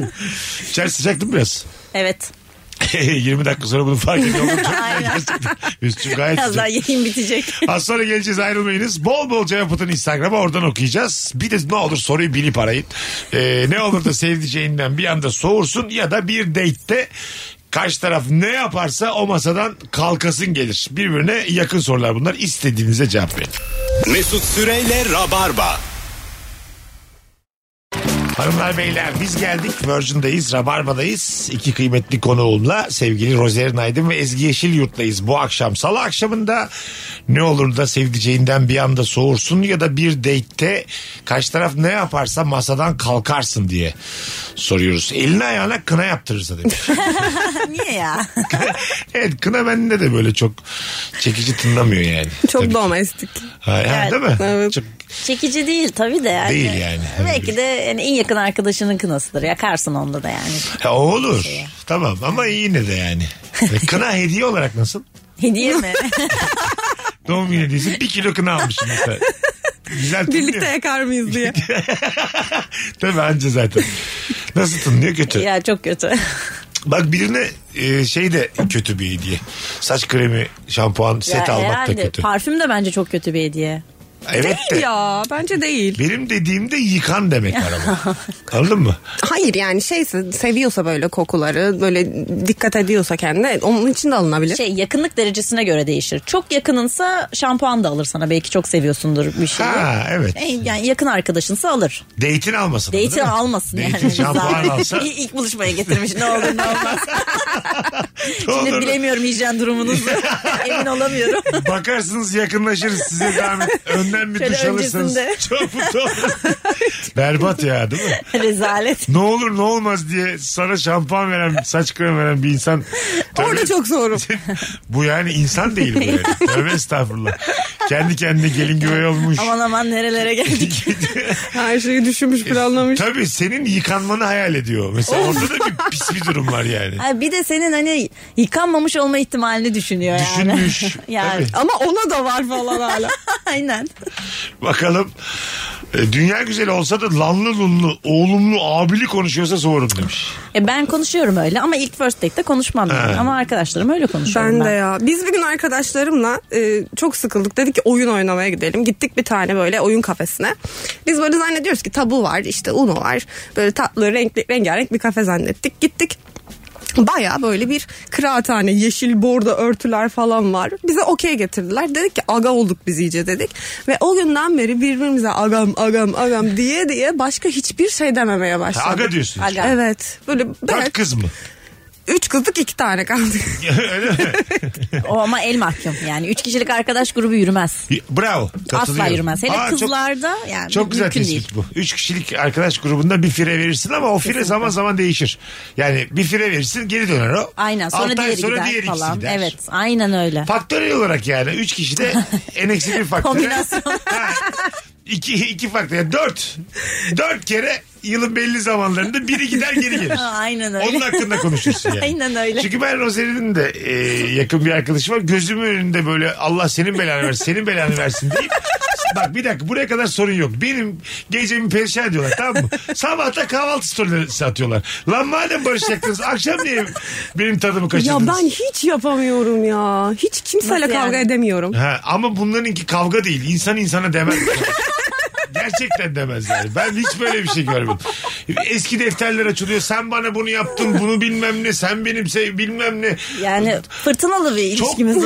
İçerisi sıcaktı mı biraz? [laughs] Evet. 20 dakika sonra bunu fark ediyorum. Çok güzel Aynen. gerçekten. Üstüm gayet Biraz sıcak. daha yayın bitecek. [laughs] Az sonra geleceğiz ayrılmayınız. Bol bol cevap atın Instagram'a oradan okuyacağız. Bir de ne olur soruyu bilip arayın. Ee, ne olur da sevdiceğinden bir anda soğursun ya da bir date'te karşı taraf ne yaparsa o masadan kalkasın gelir. Birbirine yakın sorular bunlar. İstediğinize cevap verin. Mesut Süreyle Rabarba. Hanımlar beyler biz geldik Virgin'dayız Rabarba'dayız iki kıymetli konuğumla sevgili Rozer Naydın ve Ezgi Yeşilyurt'tayız bu akşam salı akşamında ne olur da sevdiceğinden bir anda soğursun ya da bir date'te kaç taraf ne yaparsa masadan kalkarsın diye soruyoruz eline ayağına kına yaptırırsa [laughs] demiş. Niye ya? evet kına bende de böyle çok çekici tınlamıyor yani. Tabii Çok ki. domestik. Ha, ha, Evet. değil mi? Evet. Çok- Çekici değil tabii de yani. Değil yani. Belki de yani en yakın arkadaşının kınasıdır. Yakarsın onda [laughs] da yani. Ha, o olur. Şey. Tamam ama yine de yani. Kına hediye olarak nasıl? Hediye mi? Doğum günü hediyesi bir kilo kına almışım mesela. Güzel tınlıyor. Birlikte yakar mıyız diye. Tabii anca zaten. Nasıl tınlıyor kötü. ya çok kötü. Bak birine e, şey de kötü bir hediye. Saç kremi, şampuan, set Ya almak da herhalde. kötü. Parfüm de bence çok kötü bir hediye. [laughs] Evet de. Ya bence değil. Benim dediğimde yıkan demek araba. [laughs] Anladın mı? Hayır yani şeyse seviyorsa böyle kokuları böyle dikkat ediyorsa kendine onun için de alınabilir. Şey yakınlık derecesine göre değişir. Çok yakınınsa şampuan da alır sana. Belki çok seviyorsundur bir şeyi. Ha evet. E, Yani yakın arkadaşınsa alır. Date'in almasın. ama, Date'i değil mi? almasın Date'in yani. şampuan Zaten [laughs] alsa. İlk buluşmaya getirmiş ne olur ne olmaz. [laughs] Olur. Şimdi bilemiyorum [laughs] hijyen durumunuzu. Emin olamıyorum. [laughs] Bakarsınız yakınlaşırız size zahmet. Önden bir Şöyle duş alırsınız. öncesinde. Çok mutlu [laughs] oluruz. Berbat ya değil mi? Rezalet. Ne olur ne olmaz diye sana şampuan veren, saç kremi veren bir [laughs] insan. Tövbe- Orada çok zorum. [laughs] bu yani insan değil bu [laughs] yani. Tövbe estağfurullah. Kendi kendine gelin güvey olmuş. [laughs] Aman aman nerelere geldik. [laughs] Her şeyi düşünmüş planlamış. Tabii senin yıkanmanı hayal ediyor. Mesela Oh. orada da bir pis bir durum var yani. Ha, bir de senin hani yıkanmamış olma ihtimalini düşünüyor yani. Düşünmüş. [laughs] Yani. Tabii. Ama ona da var falan hala. [laughs] Aynen. Bakalım. E, dünya güzeli olsa da lanlı lunlu, oğlumlu, abili konuşuyorsa soğurum demiş. E ben konuşuyorum öyle ama ilk first date'te konuşmam yani. Ha. Ama arkadaşlarım öyle konuşuyorum ben. Ben de ya. Biz bir gün arkadaşlarımla e, çok sıkıldık. Dedik ki oyun oynamaya gidelim. Gittik bir tane böyle oyun kafesine. Biz böyle zannediyoruz ki tabu var, işte uno var. Böyle tatlı, renkli, rengarenk bir kafe zannettik. Gittik. Baya böyle bir kıraathane, yeşil bordo örtüler falan var. Bize okey getirdiler. Dedik ki aga olduk biz iyice dedik. Ve o günden beri birbirimize agam agam agam diye diye başka hiçbir şey dememeye başladık. Ha, aga diyorsun. Aga. Evet. Böyle Dört evet, kız mı? [laughs] üç kızdık iki tane kaldık. Öyle mi? O ama el mahkum yani. Üç kişilik arkadaş grubu yürümez. Bravo. katılıyorum. Asla yürümez. Hele Aa, çok- kızlarda yani Çok güzel mümkün tespit değil. bu. Üç kişilik arkadaş grubunda bir fire verirsin ama o fire zaman zaman değişir. Yani bir fire verirsin geri döner o. Aynen sonra Altı ay diğeri sonra gider diğer ikisi falan. gider. Evet aynen öyle. Faktörel olarak yani üç kişi [laughs] de en eksi bir faktör. Kombinasyon. [laughs] Ha, iki, iki faktör. Yani dört. Dört kere yılın belli zamanlarında biri gider geri gelir. Aynen öyle. Onun hakkında konuşursun yani. [laughs] Aynen öyle. Çünkü ben Rozer'in de e, yakın bir arkadaşı var. Gözümün önünde böyle Allah senin belanı versin, senin belanı versin deyip Bak bir dakika buraya kadar sorun yok. Benim gecemi perişan ediyorlar tamam mı? Sabahta kahvaltı storyleri atıyorlar. Lan madem barışacaktınız akşam niye benim tadımı Ya kaçırdınız? ben hiç yapamıyorum ya. Hiç kimseyle Nasıl yani? kavga edemiyorum. Ha, ama bunlarınki kavga değil. İnsan insana [laughs] demez. Gerçekten demez yani. Ben hiç böyle bir şey görmedim. Eski defterler açılıyor. Sen bana bunu yaptın, bunu bilmem ne, sen benim şey bilmem ne. Yani fırtınalı bir ilişkimiz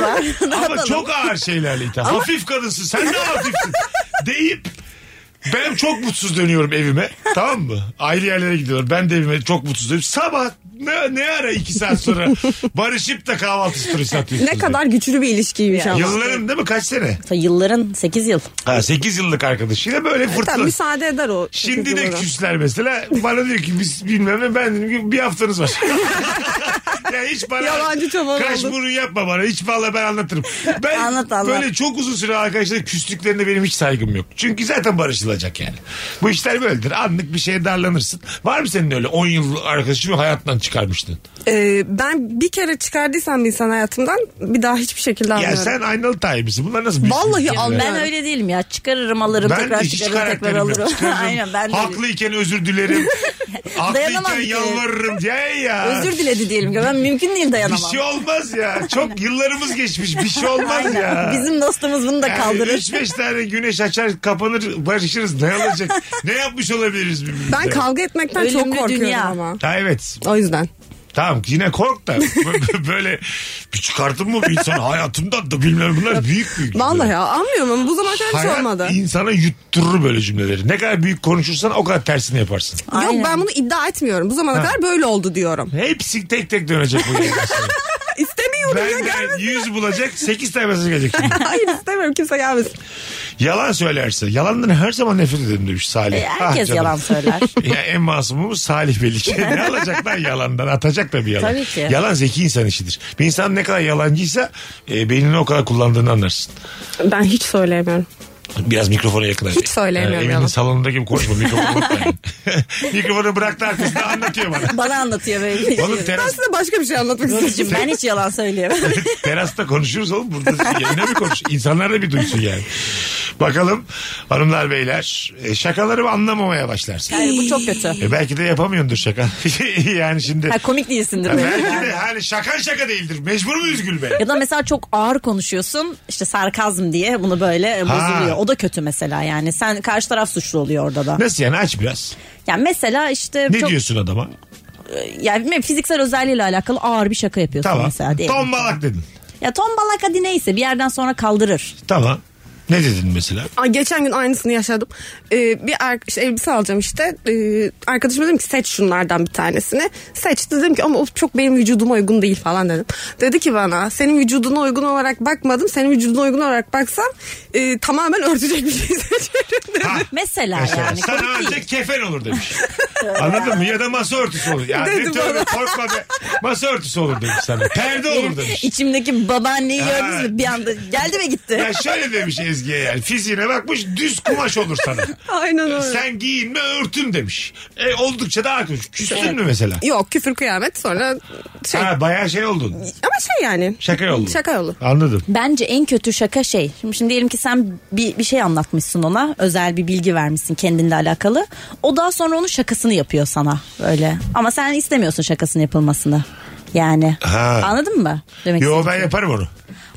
[laughs] var. Ne Ama yapalım? çok ağır şeylerle itham. Hafif kadınsın, sen de hafifsin deyip ben çok mutsuz dönüyorum evime. Tamam mı? Ayrı yerlere gidiyorum. Ben de evime çok mutsuz dönüyorum. Sabah ne, ne ara iki saat [laughs] sonra barışıp da kahvaltı süresi atıyorsunuz. Ne kadar güçlü bir ilişkiymiş ama. Yılların değil mi? Kaç sene? Ta Yılların 8 yıl. Ha, 8 yıllık arkadaşıyla böyle Tamam fırtına. müsaade eder o. Şimdi de çocuklara. küsler mesela. Bana diyor ki biz bilmem ne ben dedim ki bir haftanız var. [laughs] ya hiç bana Yalancı çoban kaş oldun. burun yapma bana. Hiç valla ben anlatırım. Ben Anlat, anlat. böyle çok uzun süre arkadaşlar küstüklerinde benim hiç saygım yok. Çünkü zaten barışılacak yani. Bu işler böyledir. Anlık bir şeye darlanırsın. Var mı senin öyle 10 yıl arkadaşını hayattan çıkarmıştın? Ee, ben bir kere çıkardıysam bir insan hayatımdan bir daha hiçbir şekilde Ya almıyorum. sen aynalı tayibisin. Bunlar nasıl bir Vallahi ilişkiler? anlam- Ben öyle değilim ya. Çıkarırım alırım Ben tekrar hiç çıkarırım tekrar karakterim yok. alırım. Çıkarırım. [laughs] Aynen ben de öyle. Haklıyken özür [laughs] dilerim. Dayanamam Haklıyken ki. yalvarırım. Ya ya. Özür diledi diyelim. ki. Ben mümkün değil Bir dayanamam. şey olmaz ya. Çok yıllarımız geçmiş. Bir şey olmaz Aynen. ya. Bizim dostumuz bunu da kaldırır. 3-5 tane güneş açar kapanır barışırız. Ne olacak? ne yapmış olabiliriz birbirimize? Ben kavga etmekten çok Ölümlü korkuyorum dünya. ama. Ha evet. O yüzden. Tamam yine kork da [laughs] Bö- böyle bir çıkarttın mı bir insan hayatımdan da bilmem bunlar büyük büyük. Vallahi ya anlıyorum ama bu zamana kadar hiç Hayat olmadı. insana yutturur böyle cümleleri. Ne kadar büyük konuşursan o kadar tersini yaparsın. Yok Aynen. ben bunu iddia etmiyorum. Bu zamana kadar böyle oldu diyorum. Hepsi tek tek dönecek bu yayın [laughs] aslında. İstemiyorum ya Ben gelmesin. ben 100 bulacak 8 tane mesaj gelecek şimdi. [laughs] Hayır istemiyorum kimse gelmesin. Yalan söylerse. Yalandan her zaman nefret ederim demiş Salih. E, herkes Ah canım. [laughs] yalan söyler. ya en masumumuz Salih Belike. [laughs] ne alacak lan yalandan? Atacak da bir yalan. Tabii ki. Yalan zeki insan işidir. Bir insan ne kadar yalancıysa e, beynini o kadar kullandığını anlarsın. Ben hiç söyleyemiyorum. Biraz mikrofona yakın. Hiç söyleyemiyorum evinin yalan. salonunda gibi konuşma. Mikrofonu unutmayın. [laughs] Mikrofonu bıraktı arkasında anlatıyor [laughs] bana. Bana anlatıyor böyle. [laughs] Oğlum teras, Aslında başka bir şey anlatmak istiyorum. Kızcığım ben hiç [laughs] yalan söyleyemem. terasta konuşuruz oğlum. Burada yayına mı konuş? İnsanlar da bir duysun yani. Bakalım hanımlar beyler e, şakaları anlamamaya başlarsın. Hayır bu çok kötü. E, belki de yapamıyordur şaka. [laughs] yani şimdi. Ha, komik değilsindir. Ya belki. belki de hani şakan şaka değildir. Mecbur muyüz gülmeye? Ya da mesela çok ağır konuşuyorsun işte sarkazm diye bunu böyle bozuluyor. O da kötü mesela yani sen karşı taraf suçlu oluyor orada da. Nasıl yani aç biraz. Yani mesela işte Ne çok diyorsun adama? yani bilmiyorum, fiziksel özelliğiyle alakalı ağır bir şaka yapıyorsun Tamam. mesela diyelim. Tombalak dedin. Ya tombalak hadi neyse bir yerden sonra kaldırır. Tamam. Ne dedin mesela? Aa, geçen gün aynısını yaşadım. Ee, bir er, işte elbise alacağım işte. Ee, arkadaşıma dedim ki seç şunlardan bir tanesini. Seçti dedim ki ama o çok benim vücuduma uygun değil falan dedim. Dedi ki bana senin vücuduna uygun olarak bakmadım. Senin vücuduna uygun olarak baksam e, tamamen örtecek bir şey [laughs] seçerim dedi. Ha. Mesela Mesela yani sana komik ancak değil. kefen olur demiş. Anladın mı? Ya da masa örtüsü olur. Ya ne Dedim tövbe ona. korkma be. Masa örtüsü olur demiş sana. Perde olur demiş. İçimdeki babaanneyi Ha. gördünüz mü bir anda geldi ve gitti. Ya şöyle demiş Ezgi'ye yani fiziğine bakmış düz kumaş olur sana. Aynen öyle. Sen giyinme örtün demiş. E, oldukça daha kötü. Küstün mü mesela? Yok küfür kıyamet sonra şey. Ha bayağı şey oldun. Ama şey yani. Şaka yolu. Şaka yolu. Anladım. Bence en kötü şaka şey. Şimdi, şimdi diyelim ki sen bir, bir şey anlatmışsın ona. Özel bir bilgi vermişsin kendinle alakalı. O daha sonra onun şakasını yapıyor sana. Öyle. Ama sen istemiyorsun şakasının yapılmasını. Yani. Ha. Anladın mı? Demek Yo istediğim ben şey? yaparım onu.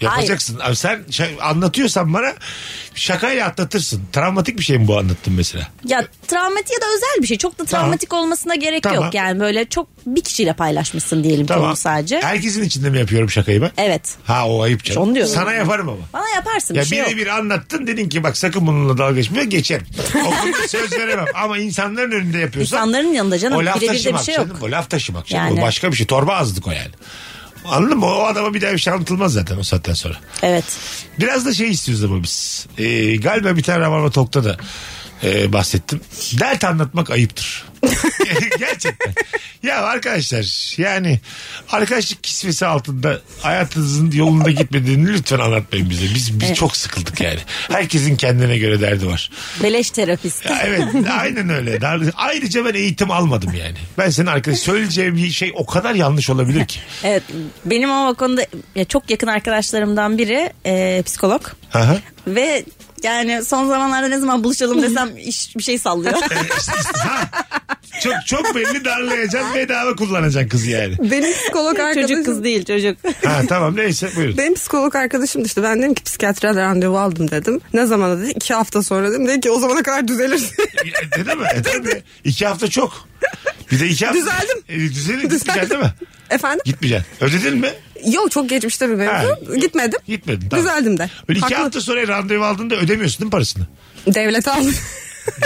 Yapacaksın. Abi sen şa- anlatıyorsan bana şakayla atlatırsın. Travmatik bir şey mi bu anlattın mesela? Ya travmatik ya da özel bir şey. Çok da travmatik olmasına gerek Tamam. yok. Yani böyle çok bir kişiyle paylaşmışsın diyelim Tamam. konu sadece. Herkesin içinde mi yapıyorum şakayı ben? Evet. Ha o ayıp canım. Onu diyorum. Sana yaparım ama. Bana yaparsın Ya bir şey yok. biri bir anlattın dedin ki bak sakın bununla dalga geçme geçerim. [laughs] O konuda söz veremem ama insanların önünde yapıyorsan. İnsanların yanında canım, O laf birebir de bir taşımak şey canım, yok. O laf taşımak canım. Yani. O başka bir şey. Torba azlık o yani. Anladın mı? O adama bir daha bir şey anlatılmaz zaten o saatten sonra. Evet. Biraz da şey istiyoruz ama biz. Ee, galiba bir tane Rabarba Tok'ta da e, bahsettim. Dert anlatmak ayıptır. [laughs] Gerçekten. Ya arkadaşlar yani arkadaşlık kisvesi altında hayatınızın yolunda gitmediğini lütfen anlatmayın bize. Biz, biz çok sıkıldık yani. Herkesin kendine göre derdi var. Beleş terapist. Ya evet aynen öyle. Dar- Ayrıca ben eğitim almadım yani. Ben senin arkadaş söyleyeceğim bir şey o kadar yanlış olabilir ki. [laughs] Evet benim ama o konuda ya çok yakın arkadaşlarımdan biri e, psikolog Aha. ve yani son zamanlarda ne zaman [laughs] buluşalım desem iş bir şey sallıyor. Ha. Çok çok belli darlayacaksın bedava kullanacaksın kızı yani. [laughs] Benim psikolog arkadaşım. çocuk kız değil [laughs] çocuk. Ha tamam neyse buyurun. Benim psikolog arkadaşım da işte ben dedim ki psikiyatriden randevu aldım dedim. Ne zaman dedi? İki hafta sonra dedim. Dedi ki o zamana kadar düzelirsin. E, Dedi mi? E, tabii. İki hafta çok. Bir de iki hafta. Düzeldim. E, düzelin. Gitmeyeceksin değil mi? Efendim? Gitmeyeceksin. Ödedin mi? Yok çok geçmişte bir Ha. mevzu. Gitmedim. Gitmedin. Tamam. Düzeldim de. Böyle iki Haklı. hafta sonra randevu aldığında ödemiyorsun değil mi parasını? Devlet aldı.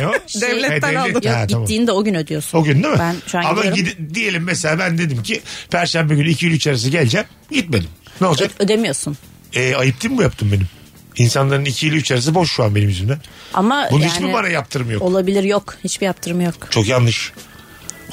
Yok. [laughs] Devletten aldım. Yok Ha, tamam. gittiğinde o gün ödüyorsun. O gün değil mi? Ben şu an Ama gidiyorum. gidi- diyelim mesela ben dedim ki perşembe günü 2 3 arası geleceğim. Gitmedim. Ne olacak? Ö- ödemiyorsun. E, ayıp değil mi bu yaptım benim? İnsanların 2 ile 3 arası boş şu an benim yüzümden. Ama Bunun yani hiç mi bana yaptırım yok? olabilir yok. Hiçbir yaptırım yok. Çok yanlış.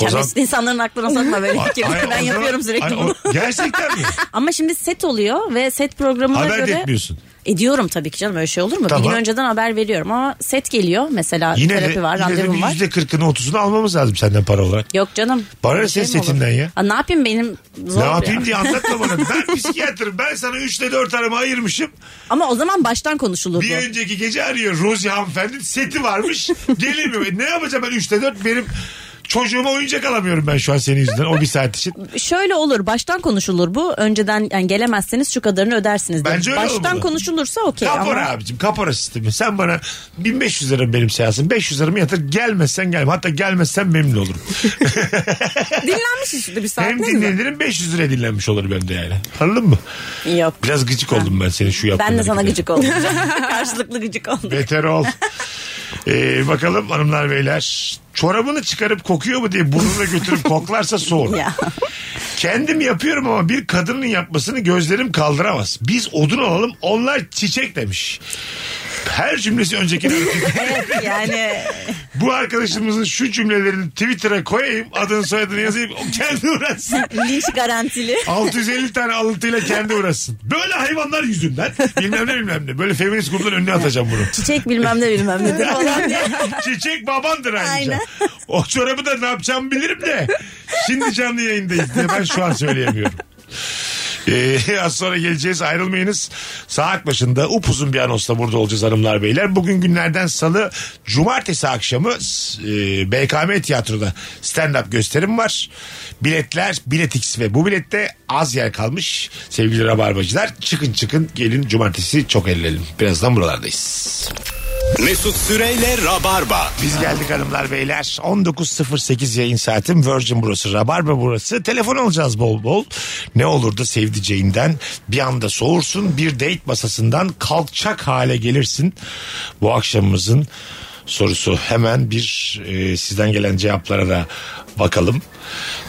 Ya Mesut insanların aklına sokma böyle [laughs] fikir. [laughs] Ay, o ben zaman- yapıyorum sürekli Ay, o- bunu. [laughs] Gerçekten mi? Ama şimdi set oluyor ve set programına Haber de göre... etmiyorsun. Ediyorum tabii ki canım öyle şey olur mu? Tamam. Bir gün önceden haber veriyorum ama set geliyor mesela Yine terapi de, var yine de randevum var. bir %40'ını 30'unu almamız lazım senden para olarak. Yok canım. Bana Öyle ses mi olur? setinden ya. Aa, ne yapayım benim zor ne bir- yapayım [laughs] diye anlatma bana. Ben psikiyatrım. Ben sana 3 ile 4 arama ayırmışım. Ama o zaman baştan konuşulurdu. Bir önceki gece arıyor Rozi hanımefendi. Seti varmış. Gelemiyor. E ne yapacağım ben 3 ile 4? Benim çocuğuma oyuncak alamıyorum ben şu an senin yüzünden. O bir saat için. Şöyle olur baştan konuşulur bu. Önceden yani gelemezseniz şu kadarını ödersiniz. diye. Bence öyle baştan olmalı. konuşulursa okey ama. Kapora abicim kapora sistemi. Sen bana 1500 lira benim seansım. 500 liramı yatır. Gelmezsen gelme. Hatta gelmezsen memnun olurum. Dinlenmiş işte bir saat. Hem ne güzel. dinlenirim 500 lira dinlenmiş olur bende yani. Anladın mı? Yok. Biraz gıcık oldum ben senin şu yaptığın Ben de sana harekete. [laughs] gıcık oldum. Karşılıklı gıcık oldum. Beter ol. [laughs] Ee, bakalım hanımlar beyler. Çorabını çıkarıp kokuyor mu diye burnuna [laughs] götürüp koklarsa sor. [laughs] Ya. Kendim yapıyorum ama bir kadının yapmasını gözlerim kaldıramaz. Biz odun olalım onlar çiçek demiş. Her cümlesi önceki. [laughs] Evet yani Bu arkadaşımızın şu cümlelerini Twitter'a koyayım. Adını soyadını yazayım. O kendi uğraşsın. linç [laughs] garantili. 650 tane alıntıyla kendi uğraşsın. Böyle hayvanlar yüzünden. Bilmem ne bilmem ne. Böyle feminist grupların önüne atacağım bunu. Çiçek bilmem ne [laughs] bilmem nedir falan diye. Çiçek babandır ayrıca. Aynen. O çorabı da ne yapacağımı bilirim de. Şimdi canlı yayındayız diye ben şu an söyleyemiyorum. Ee, az sonra geleceğiz ayrılmayınız. Saat başında upuzun bir anonsla burada olacağız hanımlar beyler. Bugün günlerden salı cumartesi akşamı e, BKM tiyatroda stand-up gösterim var. Biletler biletix ve bu bilette az yer kalmış sevgili rabarbacılar. Çıkın çıkın gelin cumartesi çok ellelim. Birazdan buralardayız. Mesut Süreyle Rabarba. Biz geldik hanımlar beyler. 19.08 yayın saatim. Virgin burası, Rabarba burası. Telefon alacağız bol bol. Ne olur da sevdiceğinden bir anda soğursun. Bir date masasından kalkacak hale gelirsin. Bu akşamımızın sorusu. Hemen bir e, sizden gelen cevaplara da bakalım.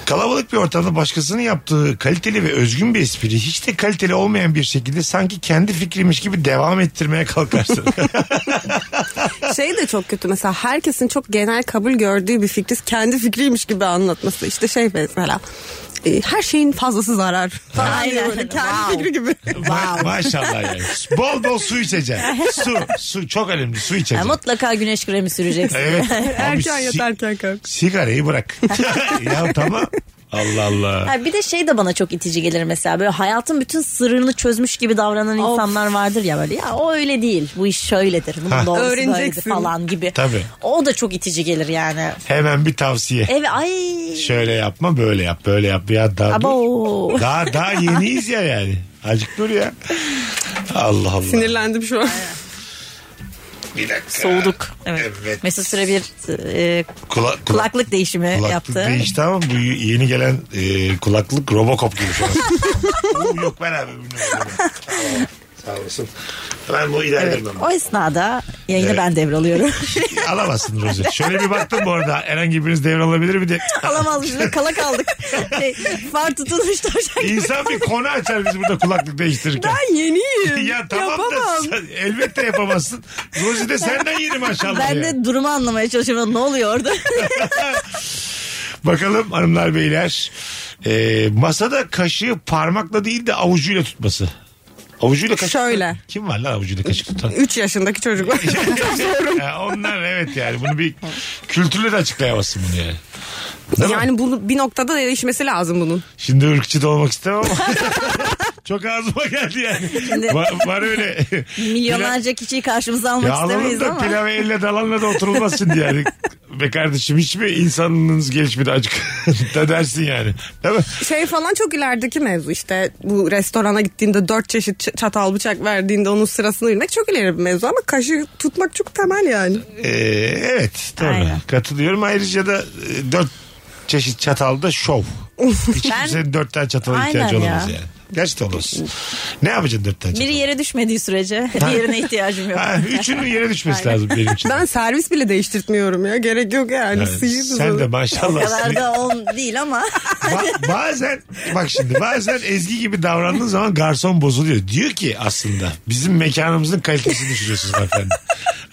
Kalabalık bir ortamda başkasının yaptığı kaliteli ve özgün bir espri hiç de kaliteli olmayan bir şekilde sanki kendi fikrimiş gibi devam ettirmeye kalkarsın. Şey de çok kötü mesela herkesin çok genel kabul gördüğü bir fikri kendi fikriymiş gibi anlatması. İşte şey mesela e, her şeyin fazlası zarar. Falan diye Aynen. böyle kendi Wow. fikri gibi. Ma- maşallah yani. Bol bol su [laughs] içeceksin. Su, su çok önemli. Su Ha, içeceksin. mutlaka güneş kremi süreceksin. [laughs] Evet. Abi şey erken si- yat erken kalk. Sigarayı bırak. ya tamam. Allah Allah. Ha, bir de şey de bana çok itici gelir mesela böyle hayatın bütün sırrını çözmüş gibi davranan Of. insanlar vardır ya böyle ya o öyle değil bu iş şöyledir Ha. bunun doğrusu böyledir Öğreneceksin. falan gibi. Tabii. O da çok itici gelir yani. Hemen bir tavsiye. Evet ay Şöyle yapma böyle yap böyle yap. Ya daha, Abo. daha, daha yeniyiz ya yani. Azıcık dur ya. Allah Allah. Sinirlendim şu an. Bir dakika. soğuduk. Evet. Evet. Mesut Süre bir e, Kula- kula- kulaklık değişimi Kulaklık E, yaptı. değişti ama bu yeni gelen e, kulaklık Robocop gibi şu [laughs] an. Oo, Yok ben abi. bilmiyorum. Sağ olasın. Ben bu idare Evet. edemem. O esnada yayını Evet. ben devralıyorum. [laughs] Alamazsın Rozi. Şöyle bir baktım bu arada. Herhangi biriniz devralabilir bir de. Alamazmışız ve [laughs] kala kaldık. Şey, far tutulmuş tavşan gibi. İnsan bir konu açar biz burada kulaklık değiştirirken. Ben [laughs] yeniyim. ya tamam da Yapamam. sen- elbette yapamazsın. Rozi de senden yeni maşallah. Ben ya. de durumu anlamaya çalışıyorum. Ne oluyor orada? Bakalım hanımlar beyler. Ee, masada kaşığı parmakla değil de avucuyla tutması. Avucuyla kaşık. Şöyle. Kim var lan avucuyla kaşık tutan? 3 yaşındaki çocuklar. [laughs] Ya onlar evet yani bunu bir kültürle de açıklayamazsın bunu yani. Değil mi? yani bunu bir noktada değişmesi lazım bunun. Şimdi ırkçı da olmak istemem ama. [laughs] Çok ağzıma geldi yani. var, var öyle. [laughs] Milyonlarca kişiyi karşımıza Pilav- almak Ya alalım istemeyiz da ama. pilava elle dalanla da oturulmaz şimdi yani. Be kardeşim hiç mi insanlığınız gelişmedi acık [laughs] da dersin yani. Değil mi? Şey falan çok ilerideki mevzu işte bu restorana gittiğinde dört çeşit ç- çatal bıçak verdiğinde onun sırasını bilmek çok ileri bir mevzu ama kaşığı tutmak çok temel yani. Ee, evet tabii. Aynen. Katılıyorum ayrıca da e, dört çeşit çatalda şov. Hiç Ben- kimsenin dört tane çatala Aynen ihtiyacı ya. olamaz yani. Gerçekten olmaz. Ne yapacaksın dört tane çatal? Biri yere [laughs] düşmediği sürece diğerine ihtiyacım yok. Ha, üçünün yere düşmesi lazım benim [laughs] için. Ben servis bile değiştirtmiyorum ya gerek yok yani, Yani sıyırız sen onu. de maşallah. O kadar sıyır- da on değil ama. [laughs] Ba- bazen bak şimdi bazen Ezgi gibi davrandığın zaman garson bozuluyor. Diyor ki aslında bizim mekanımızın kalitesini düşürüyorsunuz efendim.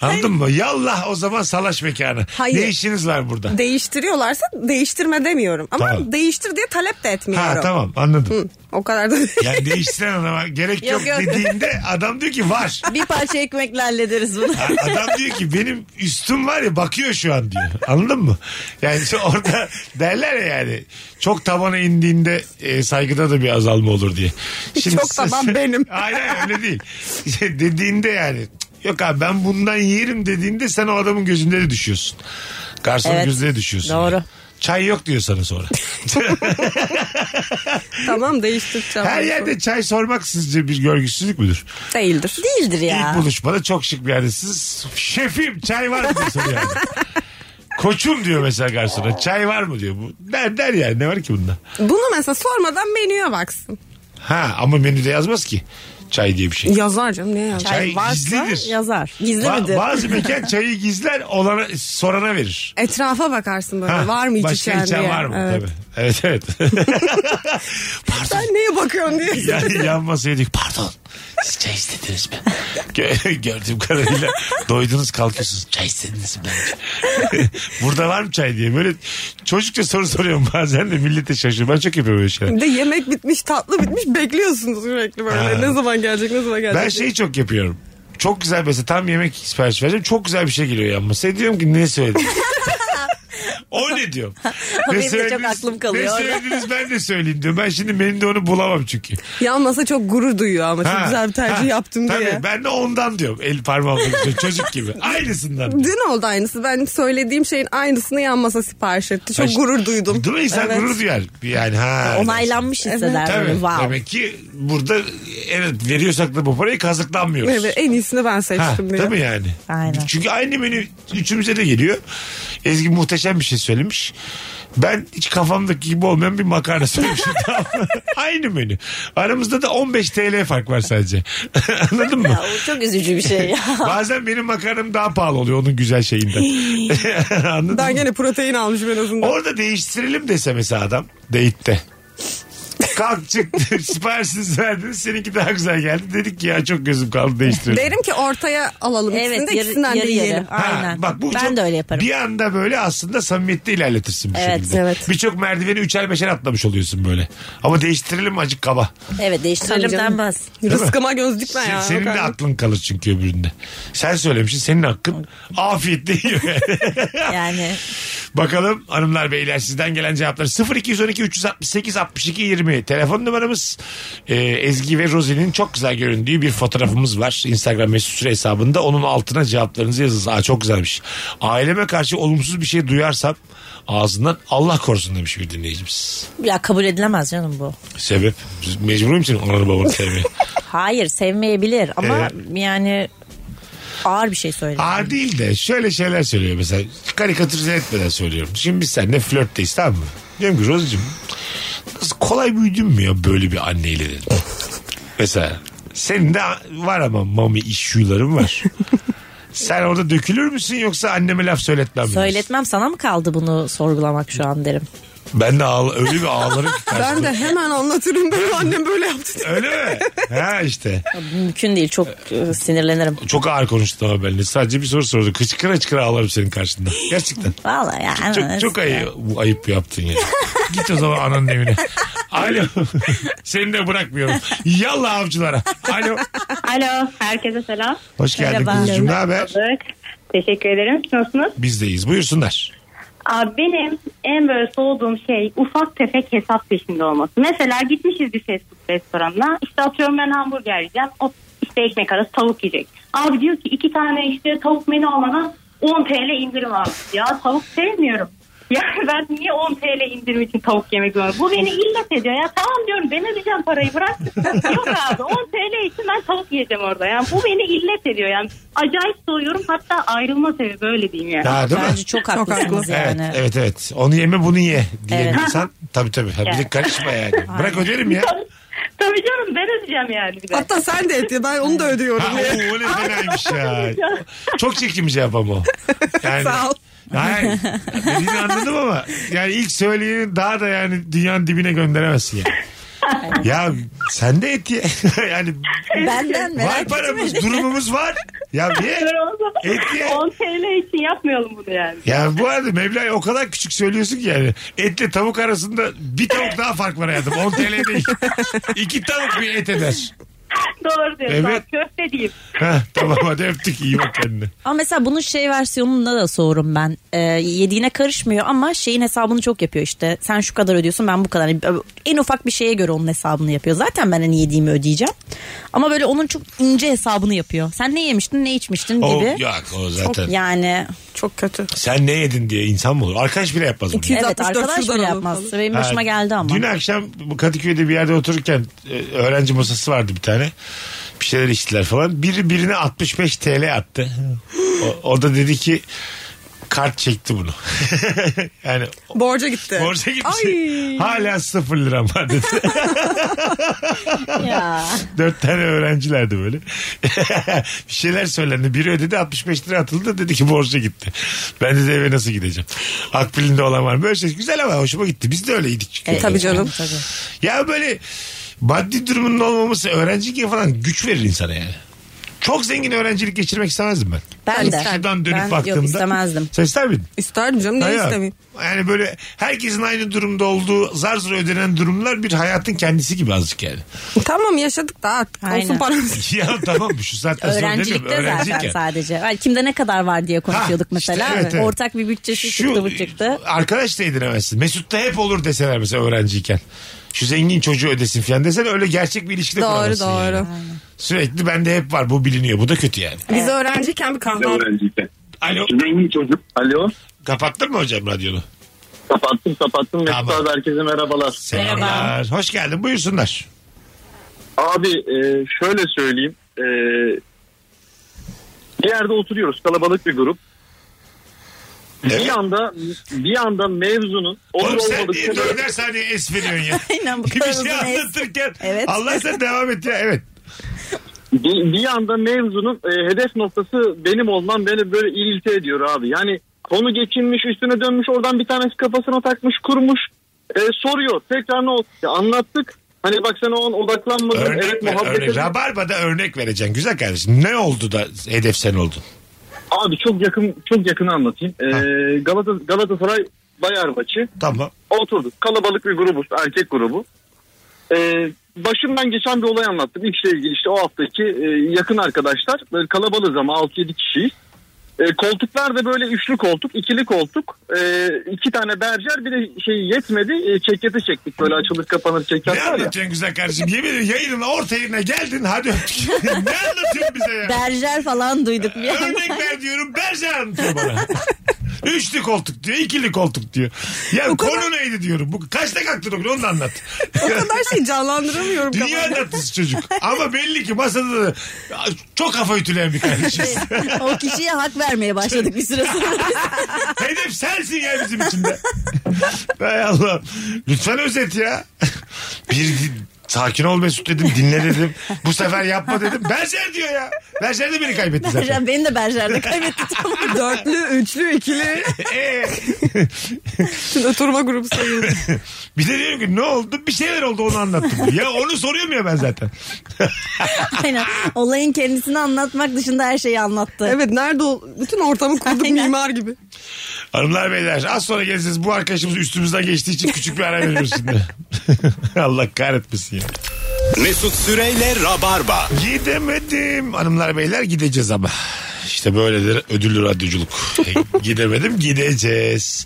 Anladın mı? Yallah o zaman salaş mekanı. Hayır. Ne işiniz var burada? Değiştiriyorlarsa değiştirme demiyorum ama Tamam. değiştir diye talep de etmiyorum. ha tamam anladım. Hı, o kadar da Yani değiştiren adama gerek yok, Yok, yok. dediğinde adam diyor ki var. Bir parça ekmekle hallederiz [laughs] bunu. A- Adam diyor ki benim üstüm var ya bakıyor şu an diyor. Anladın mı? Yani şu orada [laughs] derler ya yani çok tabana indiğinde e, saygıda da bir azalma olur [laughs] diye. Çok taban benim. [laughs] Aynen öyle değil. İşte Dediğinde yani "Cık, yok abi ben bundan yerim dediğinde sen o adamın gözünde de düşüyorsun. Garsonun Evet. gözünde düşüyorsun. Doğru. yani. Çay yok diyor sana [laughs] sonra. [laughs] tamam değiştireceğim. Her yerde çay sormak sizce bir görgüsüzlük müdür? değildir. Değildir ya. İlk buluşmada çok şık bir yerde siz şefim çay var mı diye soruyor. yani. Koçum diyor mesela garsona çay var mı diyor. Bu der der yani ne var ki bunda? Bunu mesela sormadan menüye baksın. Ha ama menüde yazmaz ki çay diye bir şey. Yazar canım niye yazar? Çay varsa gizlidir. yazar. Gizli Ba- midir? bazı mekan çayı gizler olana sorana verir. Etrafa bakarsın böyle Ha, var mı iç başka içen içen diye. var mı? Evet. Tabii. Evet [laughs] evet. Pardon. Sen neye bakıyorsun diye. [laughs] [laughs] Ya, yan masaya diyor ki, pardon. Siz çay istediniz mi? Gö- [laughs] Gördüğüm kadarıyla doydunuz kalkıyorsunuz. Çay istediniz mi? [laughs] Burada var mı çay diye. Böyle çocukça soru soruyorum [laughs] bazen de millete şaşırıyorum. Ben çok yapıyorum böyle şeyler. Bir de yemek bitmiş, tatlı bitmiş bekliyorsunuz sürekli böyle. Ha. Ne zaman gelecek, ne zaman gelecek. Ben şey şeyi çok yapıyorum. Çok güzel mesela tam yemek sipariş vereceğim. Çok güzel bir şey geliyor yanıma. Sen diyorum ki ne [laughs] söyledin? o ne diyorum. Benim de çok söylediniz- aklım kalıyor Ne orada. söylediniz ben de söyleyeyim diyorum. Ben şimdi menüde onu bulamam çünkü. Yan masa çok gurur duyuyor ama çok Ha, güzel bir tercih ha, yaptım tabii, diye. ben de ondan diyorum. El parmağımla diyorum. çocuk [laughs] gibi. Aynısından. diyorum. Dün oldu aynısı. Ben söylediğim şeyin aynısını yan masa sipariş etti. Çok Ha, işte- gurur duydum. Değil mi? İnsan Evet. gurur duyar. Yani ha. Onaylanmış hisseder Tabii. böyle. Wow. Demek ki burada evet veriyorsak da bu parayı kazıklanmıyoruz. Evet, en iyisini ben Ha, seçtim diye. tabii yani. Aynen. Çünkü aynı menü üçümüze de geliyor. Ezgi muhteşem bir şey söylemiş. Ben hiç kafamdaki gibi olmayan bir makarna [laughs] söylemişim. [laughs] tamam mı? aynı menü. Aramızda da 15 TL fark var sadece. [laughs] Anladın mı? [laughs] Ya, o çok üzücü bir şey ya. Bazen benim makarnam daha pahalı oluyor onun güzel [laughs] şeyinden. Anladın Ben mı? gene protein almışım en azından. Orada değiştirelim dese mesela adam. Date'te. Kalk çıktı siparişinizi verdiniz seninki daha güzel geldi. Dedik ki ya çok gözüm kaldı değiştirelim. Derim ki ortaya alalım ikisini evet de yarı ikisinden yarı. de yarı. yiyelim. Ha, Aynen. bak bu ben çok- de öyle yaparım. Bir anda böyle aslında samimiyette ilerletirsin bir Evet, şekilde. evet. Birçok merdiveni üçer beşer atlamış oluyorsun böyle. Ama değiştirelim acık kaba. [laughs] Evet değiştiririm Tabii canım. denmez. Rızkıma göz dikme Se- ya. Şey, senin de Bakalım. aklın kalır çünkü öbüründe. Sen söylemişsin senin hakkın. Afiyetle [laughs] yiyor. Yani Bakalım hanımlar beyler sizden gelen cevaplar 0212 368 62 20 telefon numaramız Ee, Ezgi ve Rozi'nin çok güzel göründüğü bir fotoğrafımız var Instagram mesut süre hesabında onun altına cevaplarınızı yazınız Aa, çok güzelmiş aileme karşı olumsuz bir şey duyarsam ağzından Allah korusun demiş bir dinleyicimiz ya kabul edilemez canım bu. sebep mecbur musun onları babanı sevmeye Hayır sevmeyebilir ama Evet. yani ağır bir şey söyle. Aa değil de şöyle şeyler söylüyor mesela. Karikatürize etmeden söylüyorum. Şimdi biz seninle flörtteyiz tamam mı? Diyorum ki Rozucuğum nasıl kolay büyüdün mü ya böyle bir anneyle dedim. mesela senin de var ama mami işyuların [laughs] var. Sen orada dökülür müsün yoksa anneme laf söyletmem mi? Söyletmem sana mı kaldı bunu sorgulamak şu an derim. Ben de ağla, öyle bir ağlarım ki Ben karşımda. de hemen anlatırım böyle annem böyle yaptı. diye. Öyle mi? Ha işte. Mümkün değil çok e, sinirlenirim. Çok ağır konuştun ama benimle. Sadece bir soru sordu. Kıçkıra çıkıra ağlarım senin karşında. Gerçekten. Vallahi yani. Çok, çok ayıp, bu ayıp yaptın ya. Git o zaman ananın [laughs] evine. Alo. Seni de bırakmıyorum. Yallah avcılara. Alo. [laughs] Alo, herkese selam. Hoş geldin Merhaba. kuzucuğum. Ne haber? Teşekkür ederim. Siz Nasılsınız? Bizdeyiz. Buyursunlar. Abi benim en böyle soğuduğum şey ufak tefek hesap peşinde olması. Mesela gitmişiz bir fast food restoranına. İşte atıyorum ben hamburger yiyeceğim. O işte ekmek arası tavuk yiyecek. Abi diyor ki iki tane işte tavuk menü olmadan 10 TL indirim abi. Ya tavuk sevmiyorum. [laughs] Ya ben niye 10 TL indirim için tavuk yemek zorundayım? Bu beni illet ediyor. Ya tamam diyorum ben ödeyeceğim parayı bırak. Yok abi 10 TL için ben tavuk yiyeceğim orada. Yani bu beni illet ediyor. Yani acayip soğuyorum. Hatta ayrılma sebebi böyle diyeyim yani. Ha, değil mi? Bence çok haklısınız haklı. yani. Evet, evet evet. Onu yeme bunu ye diye Evet. bir insan. Tabii tabii. Ha, bir de karışma yani. Bırak öderim ya. Tabii, [laughs] tabii canım ben ödeyeceğim yani bir de. Hatta sen de et ya ben onu da ödüyorum. Ha, diye. oo, o ne fenaymış ya. Çok çekimci yapam o. Yani, Sağ ol. Hayır. Dediğini anladım ama yani ilk söyleyeni daha da yani dünyanın dibine gönderemezsin yani. ya sen de et ye. [laughs] yani Benden merak var etme. paramız, durumumuz var. Ya ye. Böyle olsa Et ye. 10 TL için yapmayalım bunu yani. Ya bu arada Mevla'yı o kadar küçük söylüyorsun ki yani. Etle tavuk arasında bir tavuk daha fark var hayatım. 10 TL değil. İki tavuk bir et eder. Doğru diyorsun. Evet. Köfte diyeyim. Heh, tamam hadi öptük iyi bak kendine. Ama mesela bunun şey versiyonunda da soğurum ben. Ee, yediğine karışmıyor ama şeyin hesabını çok yapıyor işte. Sen şu kadar ödüyorsun ben bu kadar. E, En ufak bir şeye göre onun hesabını yapıyor. Zaten ben hani yediğimi ödeyeceğim. Ama böyle onun çok ince hesabını yapıyor. Sen ne yemiştin ne içmiştin O, gibi. yok o zaten. Yani Çok kötü. Sen ne yedin diye insan mı olur? Arkadaş bile yapmaz bunu. İki- 164 evet arkadaş şuradan bile alalım yapmaz. falan. Benim Ha, başıma geldi ama. Dün akşam bu Kadıköy'de bir yerde otururken e, öğrenci masası vardı bir tane. Bir şeyler içtiler falan. Biri birine 65 TL attı. O, o da dedi ki kart çekti bunu. [laughs] yani Borca gitti. borsa gitmiş. Ay. Hala 0 lira var dedi. Ya. Dört tane öğrencilerdi böyle. [laughs] bir şeyler söylendi. Biri ödedi 65 lira atıldı dedi ki borca gitti. Ben de eve nasıl gideceğim? E, Akbil'inde olan var. Böyle şey güzel ama hoşuma gitti. Biz de öyleydik. çünkü. Evet, Tabii canım. Tabii. Ya böyle Maddi durumunun olmaması öğrenciyken falan güç verir insana yani. Çok zengin öğrencilik geçirmek istemezdim ben. Ben de. Şuradan dönüp Ben- yok, baktığımda. istemezdim. Sen ister miydin? İsterdim canım niye Hayır. istemeyeyim? Yani böyle herkesin aynı durumda olduğu zar zor ödenen durumlar bir hayatın kendisi gibi azıcık yani. [laughs] Tamam yaşadık da artık olsun Aynen. paramız. ya tamam şu saatten sonra demiyorum. Öğrencilikte zaten Öğrenciyken. sadece. Ay, kimde ne kadar var diye konuşuyorduk Ha, işte mesela. evet, evet. Ortak bir bütçesi çıktı bu [laughs] çıktı. Arkadaş da edinemezsin. Mesut'ta hep olur deseler mesela öğrenciyken. Şu zengin çocuğu ödesin falan desen öyle gerçek bir ilişkide Doğru, kuramazsın doğru. yani. Sürekli bende hep var bu biliniyor bu da kötü yani. Biz öğrenciyken bir kahve Öğrenciyken. Alo Zengin çocuk. Alo. kapattın mı hocam radyonu? Kapattım kapattım. Mesut Tamam. abi herkese merhabalar. Selamlar. Hoş geldin buyursunlar. Abi e, şöyle söyleyeyim. E, bir yerde oturuyoruz kalabalık bir grup. Evet. Bir anda bir anda mevzunun olur Oğlum sen olmadık. niye dörder saniye es veriyorsun [laughs] ya? Aynen bu bir kadar uzun şey es. anlatırken Evet. Allah sen devam et ya evet. Bir, bir anda mevzunun e, hedef noktası benim olmam beni böyle irite ediyor abi. Yani konu geçinmiş üstüne dönmüş oradan bir tanesi kafasına takmış kurmuş e, soruyor. Tekrar ne oldu? Ya anlattık. Hani bak sen o an odaklanmadın. Örnek evet ver. muhabbet Örnek. edin. Rabarba'da örnek vereceksin güzel kardeşim. Ne oldu da hedef sen oldun? Abi çok yakın çok yakın anlatayım. E, Ha. Galata, Galatasaray Bayar maçı. Tamam. Oturduk. Kalabalık bir grubuz. Erkek grubu. Ee, başımdan geçen bir olay anlattım. İşle ilgili işte o haftaki e, yakın arkadaşlar. Böyle kalabalığız ama 6-7 kişiyiz. Ee, koltuklar da böyle üçlü koltuk, ikili koltuk. Ee, iki tane berjer bir de şey yetmedi. E, çekyatı çektik böyle açılır kapanır Ne çekyat var ya. anlatıyorsun güzel kardeşim? Yemin ederim yayının orta yerine geldin hadi öptük. [laughs] ne anlatıyorsun bize ya? Berjer falan duyduk bir anda. Örnek ver diyorum Berce anlatıyor bana. Üçlü koltuk diyor, ikili koltuk diyor. Ya konu neydi diyorum. Bu kaçta kalktın o gün onu da anlat. O kadar şey canlandıramıyorum Dünya kafamda. anlatısı çocuk. Ama belli ki masada da çok kafa ütüleyen bir kardeşimiz. [laughs] o kişiye hak vermeye başladık bir süre sonra. Hedef sensin ya bizim için de. Hay Allah. Lütfen özet ya. Bir sakin ol Mesut dedim dinle dedim. Bu sefer yapma dedim. Bercer diyor ya. Bercer de beni kaybetti zaten. Berjer, beni de [laughs] Berjer'de kaybetti. Dörtlü, üçlü, ikili. Ee, Şimdi oturma grubu sayılır. bir de diyorum ki ne oldu? Bir şeyler oldu onu anlattım. ya onu soruyorum ya ben zaten. Aynen. Olayın kendisini anlatmak dışında her şeyi anlattı. Evet nerede ol? Bütün ortamı kurduk Aynen. mimar gibi. Hanımlar beyler az sonra geleceğiz. Bu arkadaşımız üstümüzden geçtiği için küçük bir ara veriyoruz şimdi. [laughs] Allah kahretmesin ya. Mesut Süreyle Rabarba. Gidemedim. Hanımlar beyler gideceğiz ama. İşte böyledir ödüllü radyoculuk. [laughs] E, Gidemedim gideceğiz.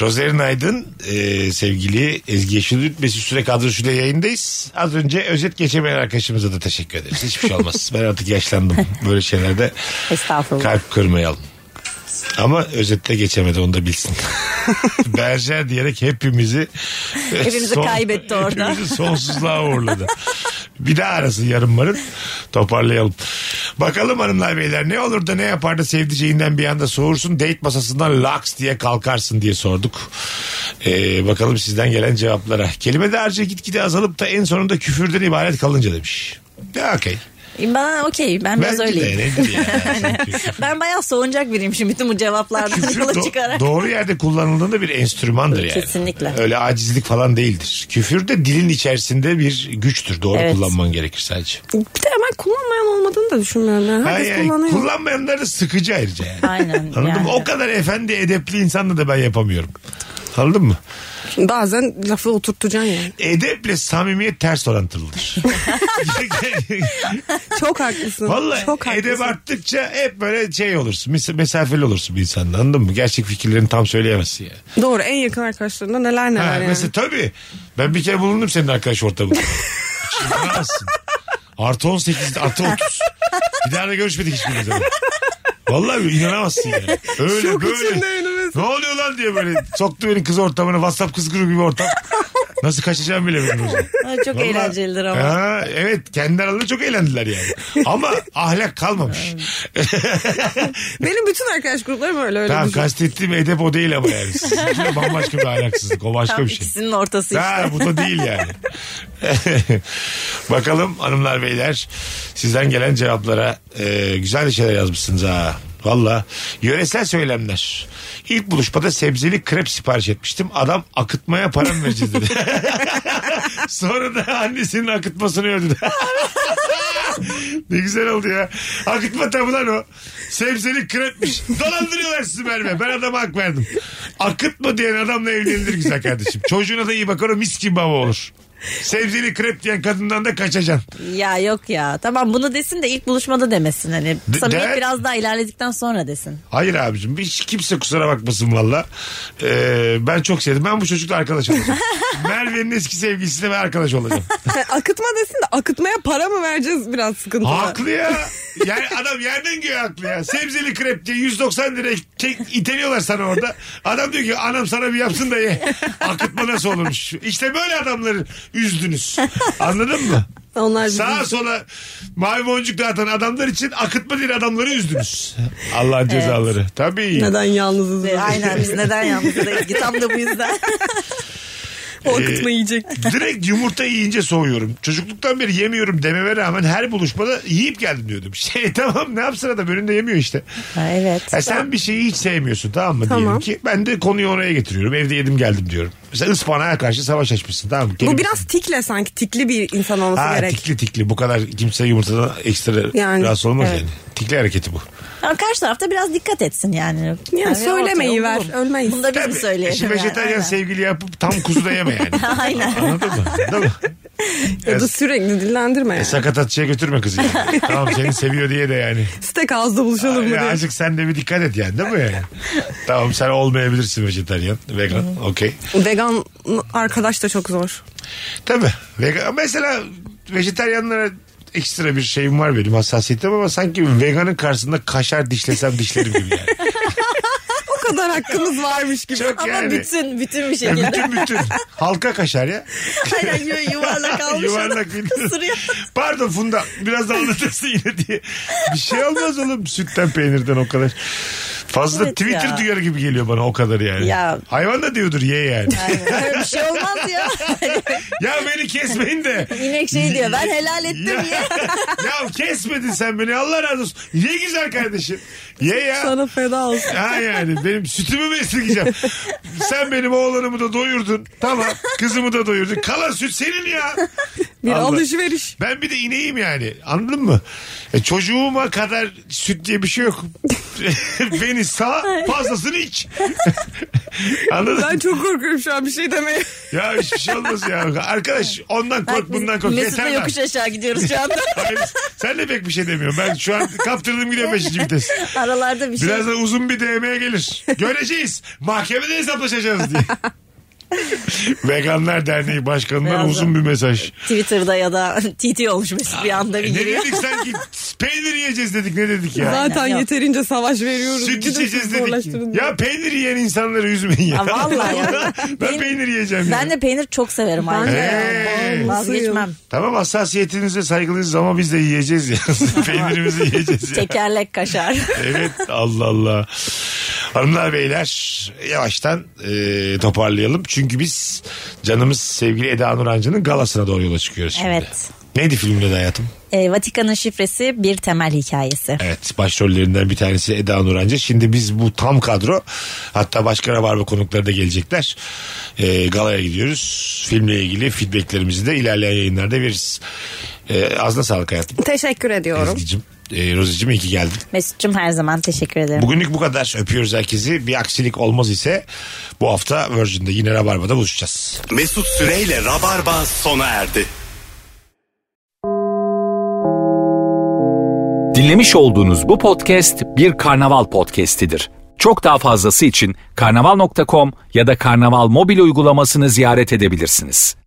Rozerin Aydın e, sevgili Ezgi Yeşilyurt Mesut Süre kadrosuyla yayındayız. Az önce özet geçemeyen arkadaşımıza da teşekkür ederiz. Hiçbir şey olmaz. ben artık yaşlandım. Böyle şeylerde Estağfurullah. kalp kırmayalım. Ama özetle geçemedi onu da [laughs] bilsin. Berger diyerek hepimizi Hepimizi kaybetti orada. Hepimizi sonsuzluğa uğurladı. Bir daha arasın yarın varın toparlayalım. Bakalım hanımlar beyler ne olur da ne yapar da sevdiceğinden bir anda soğursun date masasından laks diye kalkarsın diye sorduk. Ee, bakalım sizden gelen cevaplara. Kelime dağarcığı gitgide azalıp da en sonunda küfürden ibaret kalınca demiş. Ya okey. Ben okey ben biraz Bence de öyleyim. nedir [laughs] ya? Sanki Ben bayağı soğunacak biriymişim bütün bu cevaplardan Küfür yola do- çıkarak. doğru yerde kullanıldığında bir enstrümandır yani. Kesinlikle. Öyle acizlik falan değildir. Küfür de dilin içerisinde bir güçtür. Doğru Evet. kullanman gerekir sadece. Bir de hemen kullanmayan olmadığını da düşünmüyorum. Yani. Herkes Hayır, hayır, kullanıyor. kullanmayanları sıkıcı ayrıca yani. Aynen, Anladın mı? yani. O kadar efendi edepli insanla da ben yapamıyorum. Anladın mı? Bazen lafı oturtacaksın yani. Edeple samimiyet ters [laughs] orantılıdır. Çok haklısın. Vallahi Çok haklısın. edep arttıkça hep böyle şey olursun. mes- Mesafeli olursun bir insanla anladın mı? Gerçek fikirlerini tam söyleyemezsin yani. Doğru en yakın arkadaşlarında neler neler Ha, yani. Mesela tabii. Ben bir kere bulundum senin arkadaş ortamında. Çıldırmazsın. Artı 18, artı 30. Bir daha da görüşmedik hiçbirimiz. ama. Vallahi inanamazsın yani. Öyle Şok böyle. içinde önümüz. Ne oluyor lan diye böyle soktu beni kız ortamına. WhatsApp kız grubu gibi ortam. Nasıl kaçacağım bile bilmiyorum. Ha, Çok Vallahi- eğlencelidir ama. Ha, evet kendi aralarında çok eğlendiler yani. Ama ahlak kalmamış. Benim bütün arkadaş gruplarım öyle [laughs] öyle. tamam bizim. kastettiğim edep o değil ama yani. Sizinkiler bambaşka bir ahlaksızlık. O başka Tam bir şey. ikisinin ortası işte. Ha, bu da değil yani. [laughs] Bakalım hanımlar beyler sizden gelen cevaplara e, güzel de şeyler yazmışsınız ha. Valla. Yöresel söylemler. İlk buluşmada sebzeli krep sipariş etmiştim. Adam akıtmaya param vereceğiz dedi. [laughs] Sonra da annesinin akıtmasını öldü. ne güzel oldu ya. Akıtma tabi lan o. Sebzeli krepmiş. Dolandırıyorlar sizi Merve. Ben adama hak verdim. Akıtma diyen adamla evlenilir güzel kardeşim. Çocuğuna da iyi bakar o mis gibi baba olur. Sebzeli krep diyen kadından da kaçacaksın. Ya yok ya. Tamam bunu desin de ilk buluşmada demesin. Hani De- samimiyet de- biraz daha ilerledikten sonra desin. Hayır abicim hiç kimse kusura bakmasın valla. Ee, ben çok sevdim. Ben bu çocukla arkadaş olacağım. Merve'nin eski sevgilisiyle ben arkadaş olacağım. akıtma desin de akıtmaya para mı vereceğiz biraz sıkıntı. var. haklı ya. Yani adam yerden göğe haklı ya. Sebzeli krep diye 190 lira kek iteliyorlar sana orada. Adam diyor ki anam sana bir yapsın da ye. Akıtma nasıl olurmuş. İşte böyle adamları üzdünüz. Anladın mı? Onlar bizim- Sağa sola mavi boncuk dağıtan adamlar için akıtma değil adamları üzdünüz. Allah'ın cezaları. Tabii. neden yalnızız? E, Ve [laughs] Aynen biz neden yalnızdayız ki tam da bu yüzden. O akıtma E, yiyecek. Direkt yumurta yiyince soğuyorum. Çocukluktan beri yemiyorum dememe rağmen her buluşmada yiyip geldim diyordum. Şey [laughs] tamam ne yapsın adam önünde yemiyor işte. Ha, evet. Ya sen bir şeyi hiç sevmiyorsun tamam mı Tamam. diyelim ki ben de konuyu oraya getiriyorum. Evde yedim geldim diyorum. Mesela ıspanağa karşı savaş açmışsın tamam mı? Gelin- Bu biraz tikle sanki tikli bir insan olması ha, gerek. tikli tikli bu kadar kimse yumurtadan ekstra Yani, rahatsız olmaz evet. yani. Tikli hareketi bu. Ama karşı tarafta biraz dikkat etsin yani. Yani söylemeyiver, ortaya bulun. ölmeyiz. Bunu da biz mi söyleyelim? Eşi yani? E vejetaryen [laughs] Aynen. sevgili yapıp tam kuzu da yeme [laughs] yani. Aynen. Anladın mı? Değil mi? Ya da sürekli dillendirme yani. Sakat atçıya götürme kızı. [laughs] yani. tamam seni seviyor diye de yani. Stek ağızda buluşalım mı Ya diye. Azıcık sen de bir dikkat et yani değil mi yani? tamam sen olmayabilirsin vejetaryen, vegan okey. Vegan arkadaş da çok zor. Tabii vegan, mesela vejetaryenlere ekstra bir şeyim var benim hassasiyetim ama sanki veganın karşısında kaşar dişlesem dişlerim gibi [laughs] yani. O kadar hakkımız varmış gibi. Çok Ama yani. bütün bütün bir Ya şekilde. bütün bütün. Halka kaşar ya. Aynen yu- [laughs] yuvarlak almış. [laughs] Yuvarlak adam. bildiğin. Isırıyor. Pardon Funda biraz da anlatırsın yine diye. Bir şey olmaz oğlum sütten peynirden o kadar. Fazla Evet Twitter ya. duyarı gibi geliyor bana o kadar yani. Ya. Hayvan da diyordur ye [laughs] yani. Öyle bir şey olmaz [laughs] ya. ya beni kesmeyin de. İnek şey diyor ben helal ya, ettim ya. [laughs] ya kesmedin sen beni Allah razı olsun. Ye güzel kardeşim. Ye ya. [laughs] Sana feda olsun. Ha yani benim sütümü mü esirgeyeceğim? Sen benim oğlanımı da doyurdun. Tamam. Kızımı da doyurdun. Kalan süt senin ya. Bir Allah. alışveriş. Ben bir de ineğim yani. Anladın mı? E, çocuğuma kadar süt diye bir şey yok. [laughs] Beni sağ fazlasını iç. [laughs] Anladın Ben mı? çok korkuyorum şu an bir şey demeye. Ya hiçbir şey olmaz ya. Arkadaş ondan Bak, kork biz bundan kork. Mesut'la Yeter lan. yokuş aşağı gidiyoruz şu anda. Hayır, sen de pek bir şey demiyorsun. Ben şu an kaptırdım gidiyorum 5. vites. [laughs] Aralarda bir şey. Birazdan uzun bir DM'ye gelir. Göreceğiz. Mahkemede hesaplaşacağız diye. Veganlar Derneği Başkanı'ndan Birazdan. uzun bir mesaj. Twitter'da ya da [laughs] TT olmuş Mesut bir anda bir E, ne giriyor. dedik sanki peynir yiyeceğiz dedik ne dedik ya. Zaten yok. yeterince savaş veriyoruz. Süt Bir de içeceğiz siz dedik. zorlaştırın diye. Ya peynir yiyen insanları üzmeyin ya. Ha, vallahi ya. [laughs] ben Benim- peynir yiyeceğim. Ben ya. de peynir çok severim. Ben Hey. Vazgeçmem. Tamam hassasiyetinize saygılıyız ama biz de yiyeceğiz ya. [laughs] Peynirimizi yiyeceğiz ya. Tekerlek [laughs] kaşar. Evet Allah Allah. Hanımlar beyler yavaştan e, toparlayalım. Çünkü biz canımız sevgili Eda Nurancı'nın galasına doğru yola çıkıyoruz şimdi. Evet. Neydi filmin adı hayatım? E, Vatikan'ın şifresi bir temel hikayesi. Evet başrollerinden bir tanesi Eda Nurancı. Şimdi biz bu tam kadro hatta başka rabarba konukları da gelecekler. E, galaya gidiyoruz. Filmle ilgili feedbacklerimizi de ilerleyen yayınlarda veririz. E, ağzına sağlık hayatım. Teşekkür ediyorum. Ezgi'cim. E, Rozi'cim iyi ki geldin. Mesut'cum her zaman teşekkür ederim. Bugünlük bu kadar. Öpüyoruz herkesi. Bir aksilik olmaz ise bu hafta Virgin'de yine Rabarba'da buluşacağız. Mesut Süreyle Rabarba sona erdi. Dinlemiş olduğunuz bu podcast bir karnaval podcastidir. Çok daha fazlası için karnaval.com ya da karnaval mobil uygulamasını ziyaret edebilirsiniz.